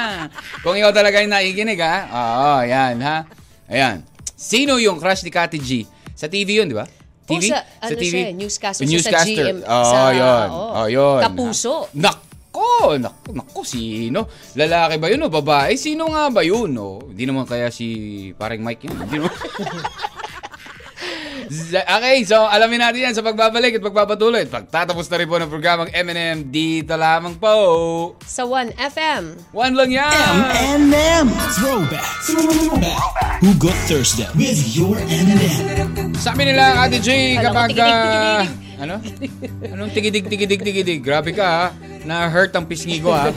Speaker 4: Kung ikaw talaga yung naikinig, ha? Oo, yan, ha? Ayan. Sino yung crush ni Kati G? Sa TV yun, di ba?
Speaker 5: Oh,
Speaker 4: TV?
Speaker 5: sa- ano siya eh, newscaster siya sa
Speaker 4: Newscaster.
Speaker 5: GM,
Speaker 4: Oo,
Speaker 5: sa-
Speaker 4: yun.
Speaker 5: oo.
Speaker 4: Oh, yun.
Speaker 5: Kapuso.
Speaker 4: Nako, nako, nako, sino? Lalaki ba yun o babae? Sino nga ba yun? O, hindi naman kaya si parang Mike yun. Hindi naman. Okay, so alamin natin yan sa pagbabalik at pagpapatuloy. At Pagtatapos na rin po ng programang M&M dito lamang po.
Speaker 5: Sa 1FM.
Speaker 4: One lang yan!
Speaker 1: M&M. Throwback. Throwback. Who Got Thursday? With your M&M.
Speaker 4: Sabi nila, Ate J,
Speaker 5: Alam ko,
Speaker 4: kapag... ah,
Speaker 5: tigidig-tigidig.
Speaker 4: ano? Anong tigidig, tigidig, tigidig? Grabe ka, ha? Na-hurt ang pisngi ko, ha?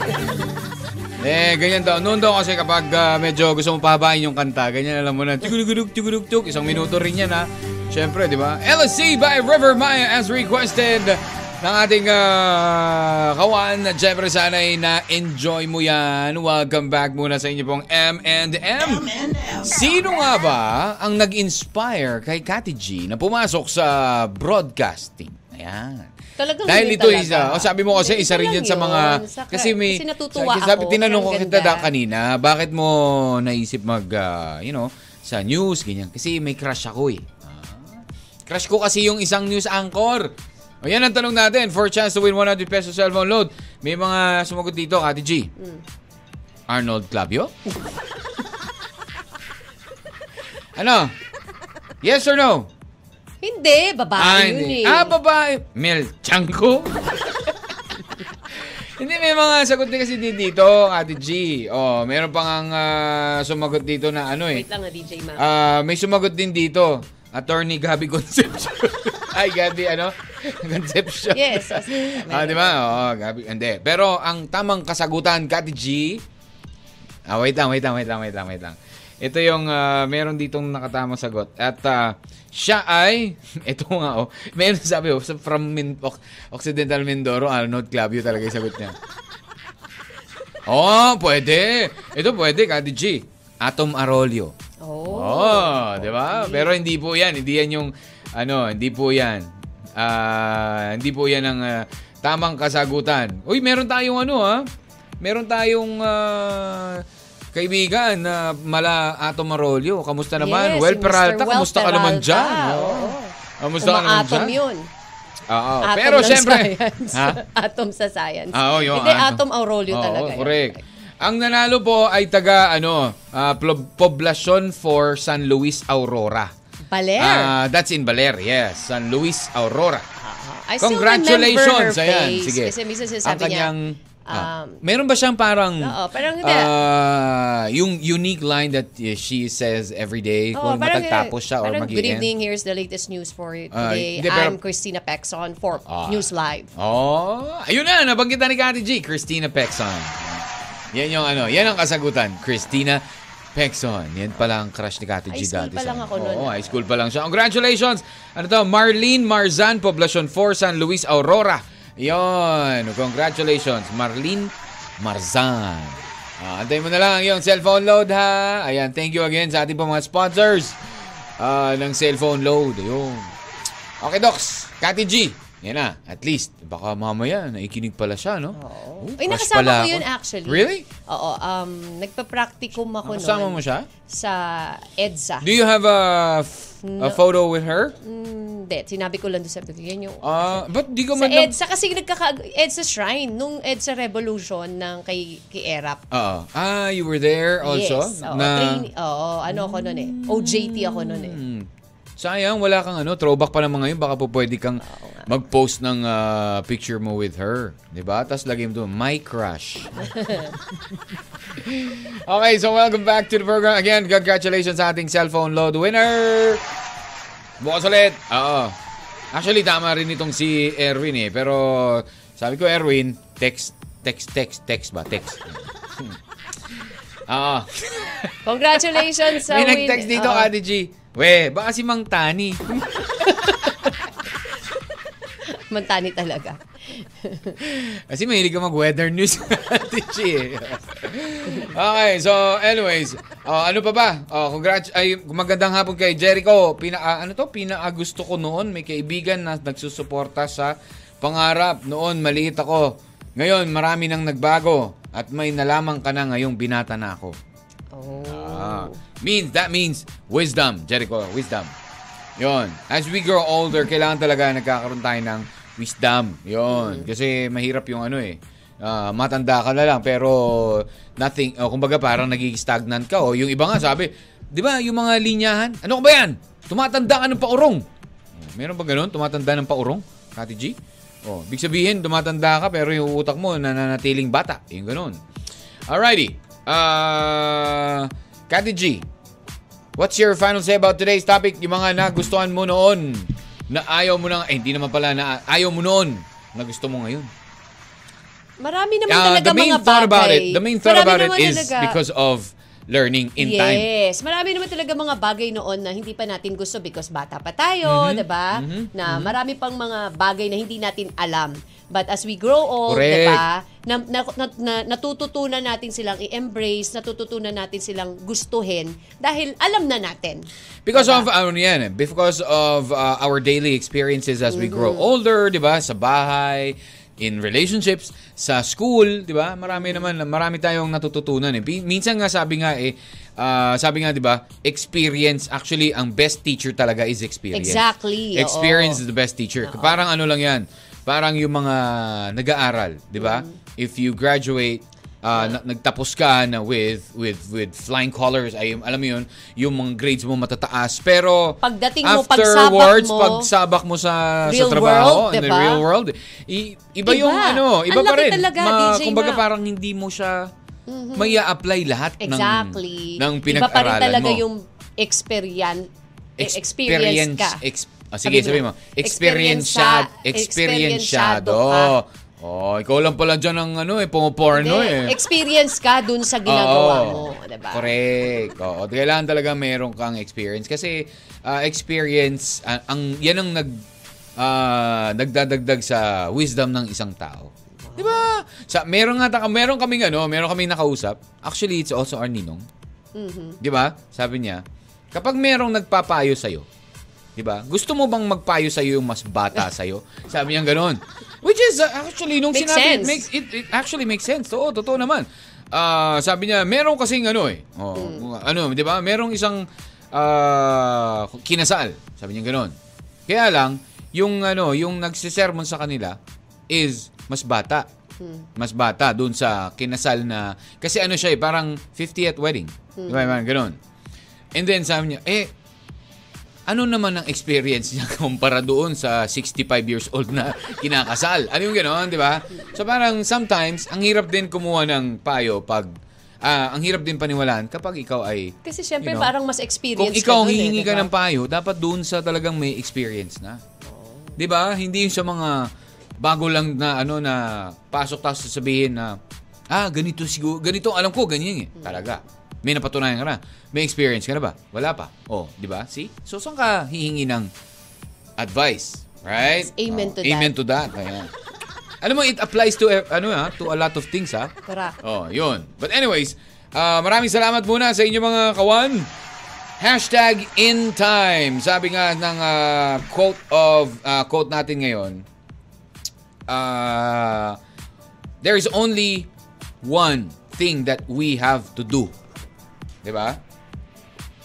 Speaker 4: Eh, ganyan daw. Noon daw kasi kapag ah, medyo gusto mo pahabain yung kanta, ganyan alam mo na, tigurugurug, tigurugtug. Isang minuto rin yan, ha? Siyempre, di ba? LSC by River Maya as requested ng ating ah, kawan. Siyempre, sana'y na-enjoy mo yan. Welcome back muna sa inyo pong M&M. Sino nga ba ang nag-inspire kay Kati G na pumasok sa broadcasting? Ayan.
Speaker 5: Talagang
Speaker 4: Dahil
Speaker 5: hindi
Speaker 4: ito
Speaker 5: talaga.
Speaker 4: isa, o sabi mo kasi
Speaker 5: Hindi,
Speaker 4: isa
Speaker 5: ito
Speaker 4: rin
Speaker 5: lang
Speaker 4: yan sa
Speaker 5: yun.
Speaker 4: mga,
Speaker 5: Sa-
Speaker 4: kasi may,
Speaker 5: kasi natutuwa ako,
Speaker 4: tinanong ko
Speaker 5: parang
Speaker 4: kita
Speaker 5: ganda.
Speaker 4: da kanina, bakit mo naisip mag, ah, you know, sa news, ganyan. Kasi may crush ako eh. Ah. Crush ko kasi yung isang news anchor. O yan ang tanong natin, for chance to win 100 pesos cellphone load. May mga sumagot dito, Kati G.
Speaker 5: Hmm.
Speaker 4: Arnold Clavio? ano? Yes or no?
Speaker 5: Hindi, babae yun
Speaker 4: hindi.
Speaker 5: eh.
Speaker 4: Ah, babae. Mel Chanko? hindi, may mga sagot din kasi din dito, Ate G. Oh, meron pang ang ah, sumagot dito na ano eh.
Speaker 5: Wait lang nga, DJ Ma.
Speaker 4: Ah, may sumagot din dito. Attorney Gabby Concepcion. Ay, Gabby, ano? Concepcion.
Speaker 5: Yes, yes, yes.
Speaker 4: ah, di ba? Oo, Gabby. Hindi. Pero ang tamang kasagutan, Kati G. Ah, wait lang, wait lang, wait lang, wait lang, wait lang. Ito yung ah, meron ditong nakatamang sagot. At ah, siya ay, ito nga oh, meron sabi oh, sa- from Min- Oc- Occidental Mindoro, Arnold Clavio talaga yung sagot niya. oh, pwede. Ito pwede, Kati G. Atom Arolio.
Speaker 5: Oh.
Speaker 4: Oh, 'di ba? Pero hindi po 'yan, hindi 'yan yung ano, hindi po 'yan. Ah, hindi po 'yan ang ah, tamang kasagutan. Uy, meron tayong ano ha? Meron tayong ah, kaibigan na mala Ato Marolio. Kamusta naman?
Speaker 5: Yes,
Speaker 4: well
Speaker 5: si Mr.
Speaker 4: Peralta,
Speaker 5: Well
Speaker 4: kamusta ka naman
Speaker 5: Peralta.
Speaker 4: diyan? Oo.
Speaker 5: Oo.
Speaker 4: Kamusta ka naman
Speaker 5: Umaatom
Speaker 4: diyan?
Speaker 5: yun.
Speaker 4: Oo.
Speaker 5: Atom
Speaker 4: Pero
Speaker 5: ng
Speaker 4: syempre,
Speaker 5: science.
Speaker 4: ha?
Speaker 5: atom sa science.
Speaker 4: Ah, oh, yun.
Speaker 5: Hindi,
Speaker 4: ah.
Speaker 5: atom Aurelio
Speaker 4: Oo,
Speaker 5: talaga. yun.
Speaker 4: Correct. Ang nanalo po ay taga ano, ah, Plo- Poblacion for San Luis Aurora.
Speaker 5: Baler.
Speaker 4: Ah, that's in Baler, yes. San Luis Aurora.
Speaker 5: Ah, I still remember
Speaker 4: Congratulations.
Speaker 5: her
Speaker 4: Ayan,
Speaker 5: face.
Speaker 4: sige.
Speaker 5: Kasi minsan
Speaker 4: Ang
Speaker 5: sinasabi
Speaker 4: kanyang
Speaker 5: niya,
Speaker 4: ah,
Speaker 5: um,
Speaker 4: meron ba siyang parang
Speaker 5: Oo, parang hindi.
Speaker 4: ah, yung unique line that uh, she says every day kung
Speaker 5: Oo, oh, parang- eh,
Speaker 4: matagtapos siya or
Speaker 5: parang,
Speaker 4: mag
Speaker 5: Good evening, here's the latest news for you
Speaker 4: Ah,
Speaker 5: today.
Speaker 4: hindi, pero-
Speaker 5: I'm Christina Pexon for
Speaker 4: Ah.
Speaker 5: News Live.
Speaker 4: Oh, ayun na, nabanggit na ni Kati G, Christina Pexon. Yan yung ano, yan ang kasagutan, Christina Pexon. Yan pala ang crush ni Kati G
Speaker 5: High school
Speaker 4: dati.
Speaker 5: pa
Speaker 4: sa
Speaker 5: lang
Speaker 4: akin.
Speaker 5: ako nun.
Speaker 4: Oo, high school pa lang siya. Congratulations! Ano to, Marlene Marzan, Poblacion 4, San Luis Aurora. Yon, congratulations, Marlene Marzan. Ah, antayin mo na lang yung cellphone load ha. Ayan, thank you again sa ating pong mga sponsors ah, ng cellphone load. Ayun. Okay, Docs. Kati G. Yan na. At least, baka mamaya, naikinig pala siya, no? Oo.
Speaker 5: Ay, nakasama ko yun actually.
Speaker 4: Really?
Speaker 5: Oo. Um, nagpa-practicum ako noon.
Speaker 4: Nakasama mo siya?
Speaker 5: Sa EDSA.
Speaker 4: Do you have a, f- a photo with her?
Speaker 5: Mm, Hindi, sinabi ko lang doon sa yan yung...
Speaker 4: Ah, but di ko
Speaker 5: sa
Speaker 4: man na-
Speaker 5: EDSA kasi nagkaka... EDSA Shrine, nung EDSA Revolution ng kay, kay ERAP.
Speaker 4: Oo. ah, you were there also?
Speaker 5: Yes. Oo, trainee- oo, ano ako noon eh. OJT ako noon eh.
Speaker 4: Sayang, wala kang ano, throwback pa naman ngayon. Baka po pwede kang mag-post ng ah, picture mo with her. 'Di ba? Tapos lagay mo doon, my crush. okay, so welcome back to the program. Again, congratulations sa ating cellphone load winner! Bukas ulit! Oo. Actually, tama rin itong si Erwin eh. Pero sabi ko, Erwin, text, text, text, text ba? Text. Oo.
Speaker 5: Congratulations sa
Speaker 4: May
Speaker 5: win. Oh,
Speaker 4: nag-text dito,
Speaker 5: Oo.
Speaker 4: Ate G. We, baka si Mang Tani.
Speaker 5: Mantani talaga.
Speaker 4: Kasi mahilig ka mag-weather news, Ate G. eh. okay, so anyways, oh, ano pa ba? Oh, congrats, ay, magandang hapon kay Jericho. Pina, ah, ano to? Pinaagusto ko noon. May kaibigan na nagsusuporta sa pangarap. Noon, maliit ako. Ngayon, marami nang nagbago. At may nalaman ka na ngayong binata na ako.
Speaker 5: Oh.
Speaker 4: Ah, means that means wisdom, Jericho, wisdom. Yon. As we grow older, kailangan talaga nagkakaroon tayo ng wisdom. Yon. Kasi mahirap yung ano eh. Ah, matanda ka na lang pero nothing, oh, kumbaga parang nagiging stagnant ka. O yung iba nga sabi, di ba yung mga linyahan, ano ka ba yan? Tumatanda ka ng paurong. Oh, Meron ba ganun? Tumatanda ng paurong? Kati G? Oh, big sabihin, tumatanda ka pero yung utak mo nananatiling bata. Yung ganun. Alrighty. Uh, Kati G, what's your final say about today's topic? Yung mga nagustuhan mo noon na ayaw mo na, eh hindi naman pala na ayaw mo noon na gusto mo ngayon.
Speaker 5: Marami naman
Speaker 4: Ah,
Speaker 5: talaga
Speaker 4: the main
Speaker 5: mga
Speaker 4: thought
Speaker 5: bagay.
Speaker 4: about it, the main thought
Speaker 5: Marami
Speaker 4: about it
Speaker 5: naman
Speaker 4: is
Speaker 5: talaga.
Speaker 4: because of learning in
Speaker 5: yes.
Speaker 4: time.
Speaker 5: marami naman talaga mga bagay noon na hindi pa natin gusto because bata pa tayo,
Speaker 4: Mm-hmm.
Speaker 5: 'di ba? Na marami pang mga bagay na hindi natin alam. But as we grow old,
Speaker 4: Correct.
Speaker 5: 'di ba? Na, na, na- na- natututunan natin silang i-embrace, natututunan natin silang gustuhin dahil alam na natin.
Speaker 4: Because of ano yan, eh, because of uh, our daily experiences as we grow
Speaker 5: Mm-hmm.
Speaker 4: older, 'di ba? Sa bahay, in relationships, sa school, 'di ba? Marami naman
Speaker 5: Mm-hmm.
Speaker 4: marami tayong natututunan eh. Pi- Minsan nga sabi nga eh ah, sabi nga 'di ba, experience actually ang best teacher talaga is experience.
Speaker 5: Exactly, oo.
Speaker 4: Experience is the best teacher. Parang ano lang 'yan. Parang yung mga nag-aaral, 'di ba?
Speaker 5: Mm.
Speaker 4: If you graduate Ah, na- nagtapos ka na with with with flying colors ay alam mo yun yung mga grades mo matataas pero
Speaker 5: Pagdating mo,
Speaker 4: afterwards
Speaker 5: pagsabak mo,
Speaker 4: pagsabak mo sa sa
Speaker 5: real
Speaker 4: trabaho
Speaker 5: world,
Speaker 4: in the
Speaker 5: diba?
Speaker 4: real world i- iba, yung
Speaker 5: Iba.
Speaker 4: ano iba
Speaker 5: Ang
Speaker 4: pa
Speaker 5: laki
Speaker 4: rin
Speaker 5: talaga, DJ
Speaker 4: kumbaga
Speaker 5: Mac.
Speaker 4: parang hindi mo siya maya apply lahat
Speaker 5: Mm-hmm. Exactly.
Speaker 4: ng ng
Speaker 5: Iba pa rin
Speaker 4: pinag-aralan
Speaker 5: talaga
Speaker 4: mo
Speaker 5: yung experience experience
Speaker 4: experience
Speaker 5: ka.
Speaker 4: ex- ah, sige,
Speaker 5: Sabi
Speaker 4: sabi mo.
Speaker 5: mo,
Speaker 4: Experiensyad,
Speaker 5: experiensyado
Speaker 4: experiensyado.
Speaker 5: ka.
Speaker 4: Oh, ikaw lang pala dyan ang ano eh, pumaporno eh.
Speaker 5: Hindi, Experience ka dun sa ginagawa mo, diba?
Speaker 4: Oo.
Speaker 5: 'di ba?
Speaker 4: Correct. Oo, at kailangan talaga meron kang experience kasi ah, experience ah, ang yan ang nag ah, nagdadagdag sa wisdom ng isang tao. 'Di ba? Sa meron nga taka- meron kaming ano, meron kaming nakausap. Actually, it's also our ninong.
Speaker 5: Mm-hmm.
Speaker 4: 'Di ba? Sabi niya, kapag merong nagpapayo sa iyo, 'di ba? Diba? Gusto mo bang magpayo sa yung mas bata sa Sabi niya ganoon. Which is uh, actually nung
Speaker 5: Makes
Speaker 4: sinabi
Speaker 5: sense.
Speaker 4: makes it, it actually makes sense. Oo, totoo naman. Ah, sabi niya, meron kasing ano eh. Oh,
Speaker 5: Hmm.
Speaker 4: Ano, di ba? Merong isang ah, kinasal. Sabi niya ganun. Kaya lang, yung ano, yung nagsisermon sa kanila is mas bata.
Speaker 5: Hmm.
Speaker 4: Mas bata doon sa kinasal na... Kasi ano siya eh, parang 50th wedding. Di
Speaker 5: Hmm.
Speaker 4: ba? Parang Ganun. And then sabi niya, eh, ano naman ang experience niya kumpara doon sa 65 years old na kinakasal? Ano yung gano'n, di ba? So parang sometimes, ang hirap din kumuha ng payo pag, ah, ang hirap din paniwalaan kapag ikaw ay,
Speaker 5: Kasi syempre
Speaker 4: you know,
Speaker 5: parang mas experience
Speaker 4: kung ikaw
Speaker 5: ka dun, eh,
Speaker 4: hihingi ka
Speaker 5: diba?
Speaker 4: ng payo, dapat doon sa talagang may experience na. Di ba? Hindi yung sa mga bago lang na ano na pasok tapos sasabihin na ah ganito siguro ganito ang alam ko ganyan eh talaga may napatunayan ka na may experience ka na ba wala pa oh di ba see so saan ka hihingi ng advice right
Speaker 5: Yes, amen
Speaker 4: Oh,
Speaker 5: to
Speaker 4: amen to that Ayan. alam mo it applies to eh, ano ha to a lot of things ha
Speaker 5: Correct.
Speaker 4: Oh, yun. But anyways, ah, maraming salamat muna sa inyo mga kawan. Hashtag in time. Sabi nga ng ah, quote of ah, quote natin ngayon. ah, there is only one thing that we have to do. 'Di ba?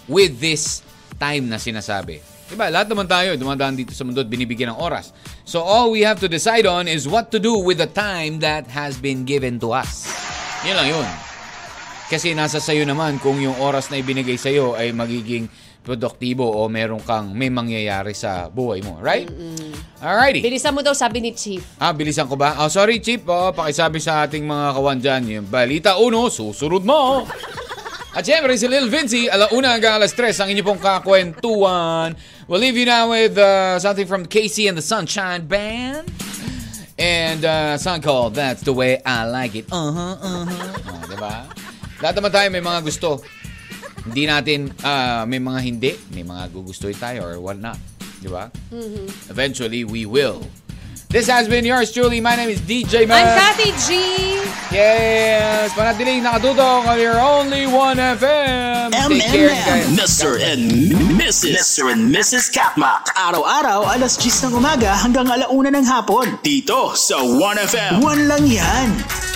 Speaker 4: With this time na sinasabi. Diba? Lahat naman tayo dumadaan dito sa mundo at binibigyan ng oras. So all we have to decide on is what to do with the time that has been given to us. Yun lang yun. Kasi nasa sayo naman kung yung oras na ibinigay sa'yo ay magiging produktibo o meron kang may mangyayari sa buhay mo. Right? Alrighty.
Speaker 5: Bilisan mo daw, sabi ni Chief.
Speaker 4: Ah, bilisan ko ba? Oh, sorry, Chip. Oh, pakisabi sa ating mga kawan dyan. Yung balita uno, susunod mo. At syempre, si Lil Vinci, alauna hanggang alas 3, ang inyo pong kakwentuhan. We'll leave you now with uh, something from Casey and the Sunshine Band. And uh, song called That's the Way I Like It. Uh-huh, uh-huh. Oh, diba? Lahat naman tayo may mga gusto. Hindi natin, ah, may mga hindi. May mga gugustuhin tayo or whatnot. Diba? Eventually, we will. This has been yours truly. My name is DJ
Speaker 5: I'm
Speaker 4: Matt.
Speaker 5: Kathy G!
Speaker 4: Yes! Panatiling nakatutok on your only one FM. Take care, guys.
Speaker 1: MMM. Mr. and Mrs. Mr. and Mrs. Katma.
Speaker 3: Araw-araw, alas 10 ng umaga hanggang alauna ng hapon.
Speaker 1: Dito sa 1FM.
Speaker 3: One lang yan.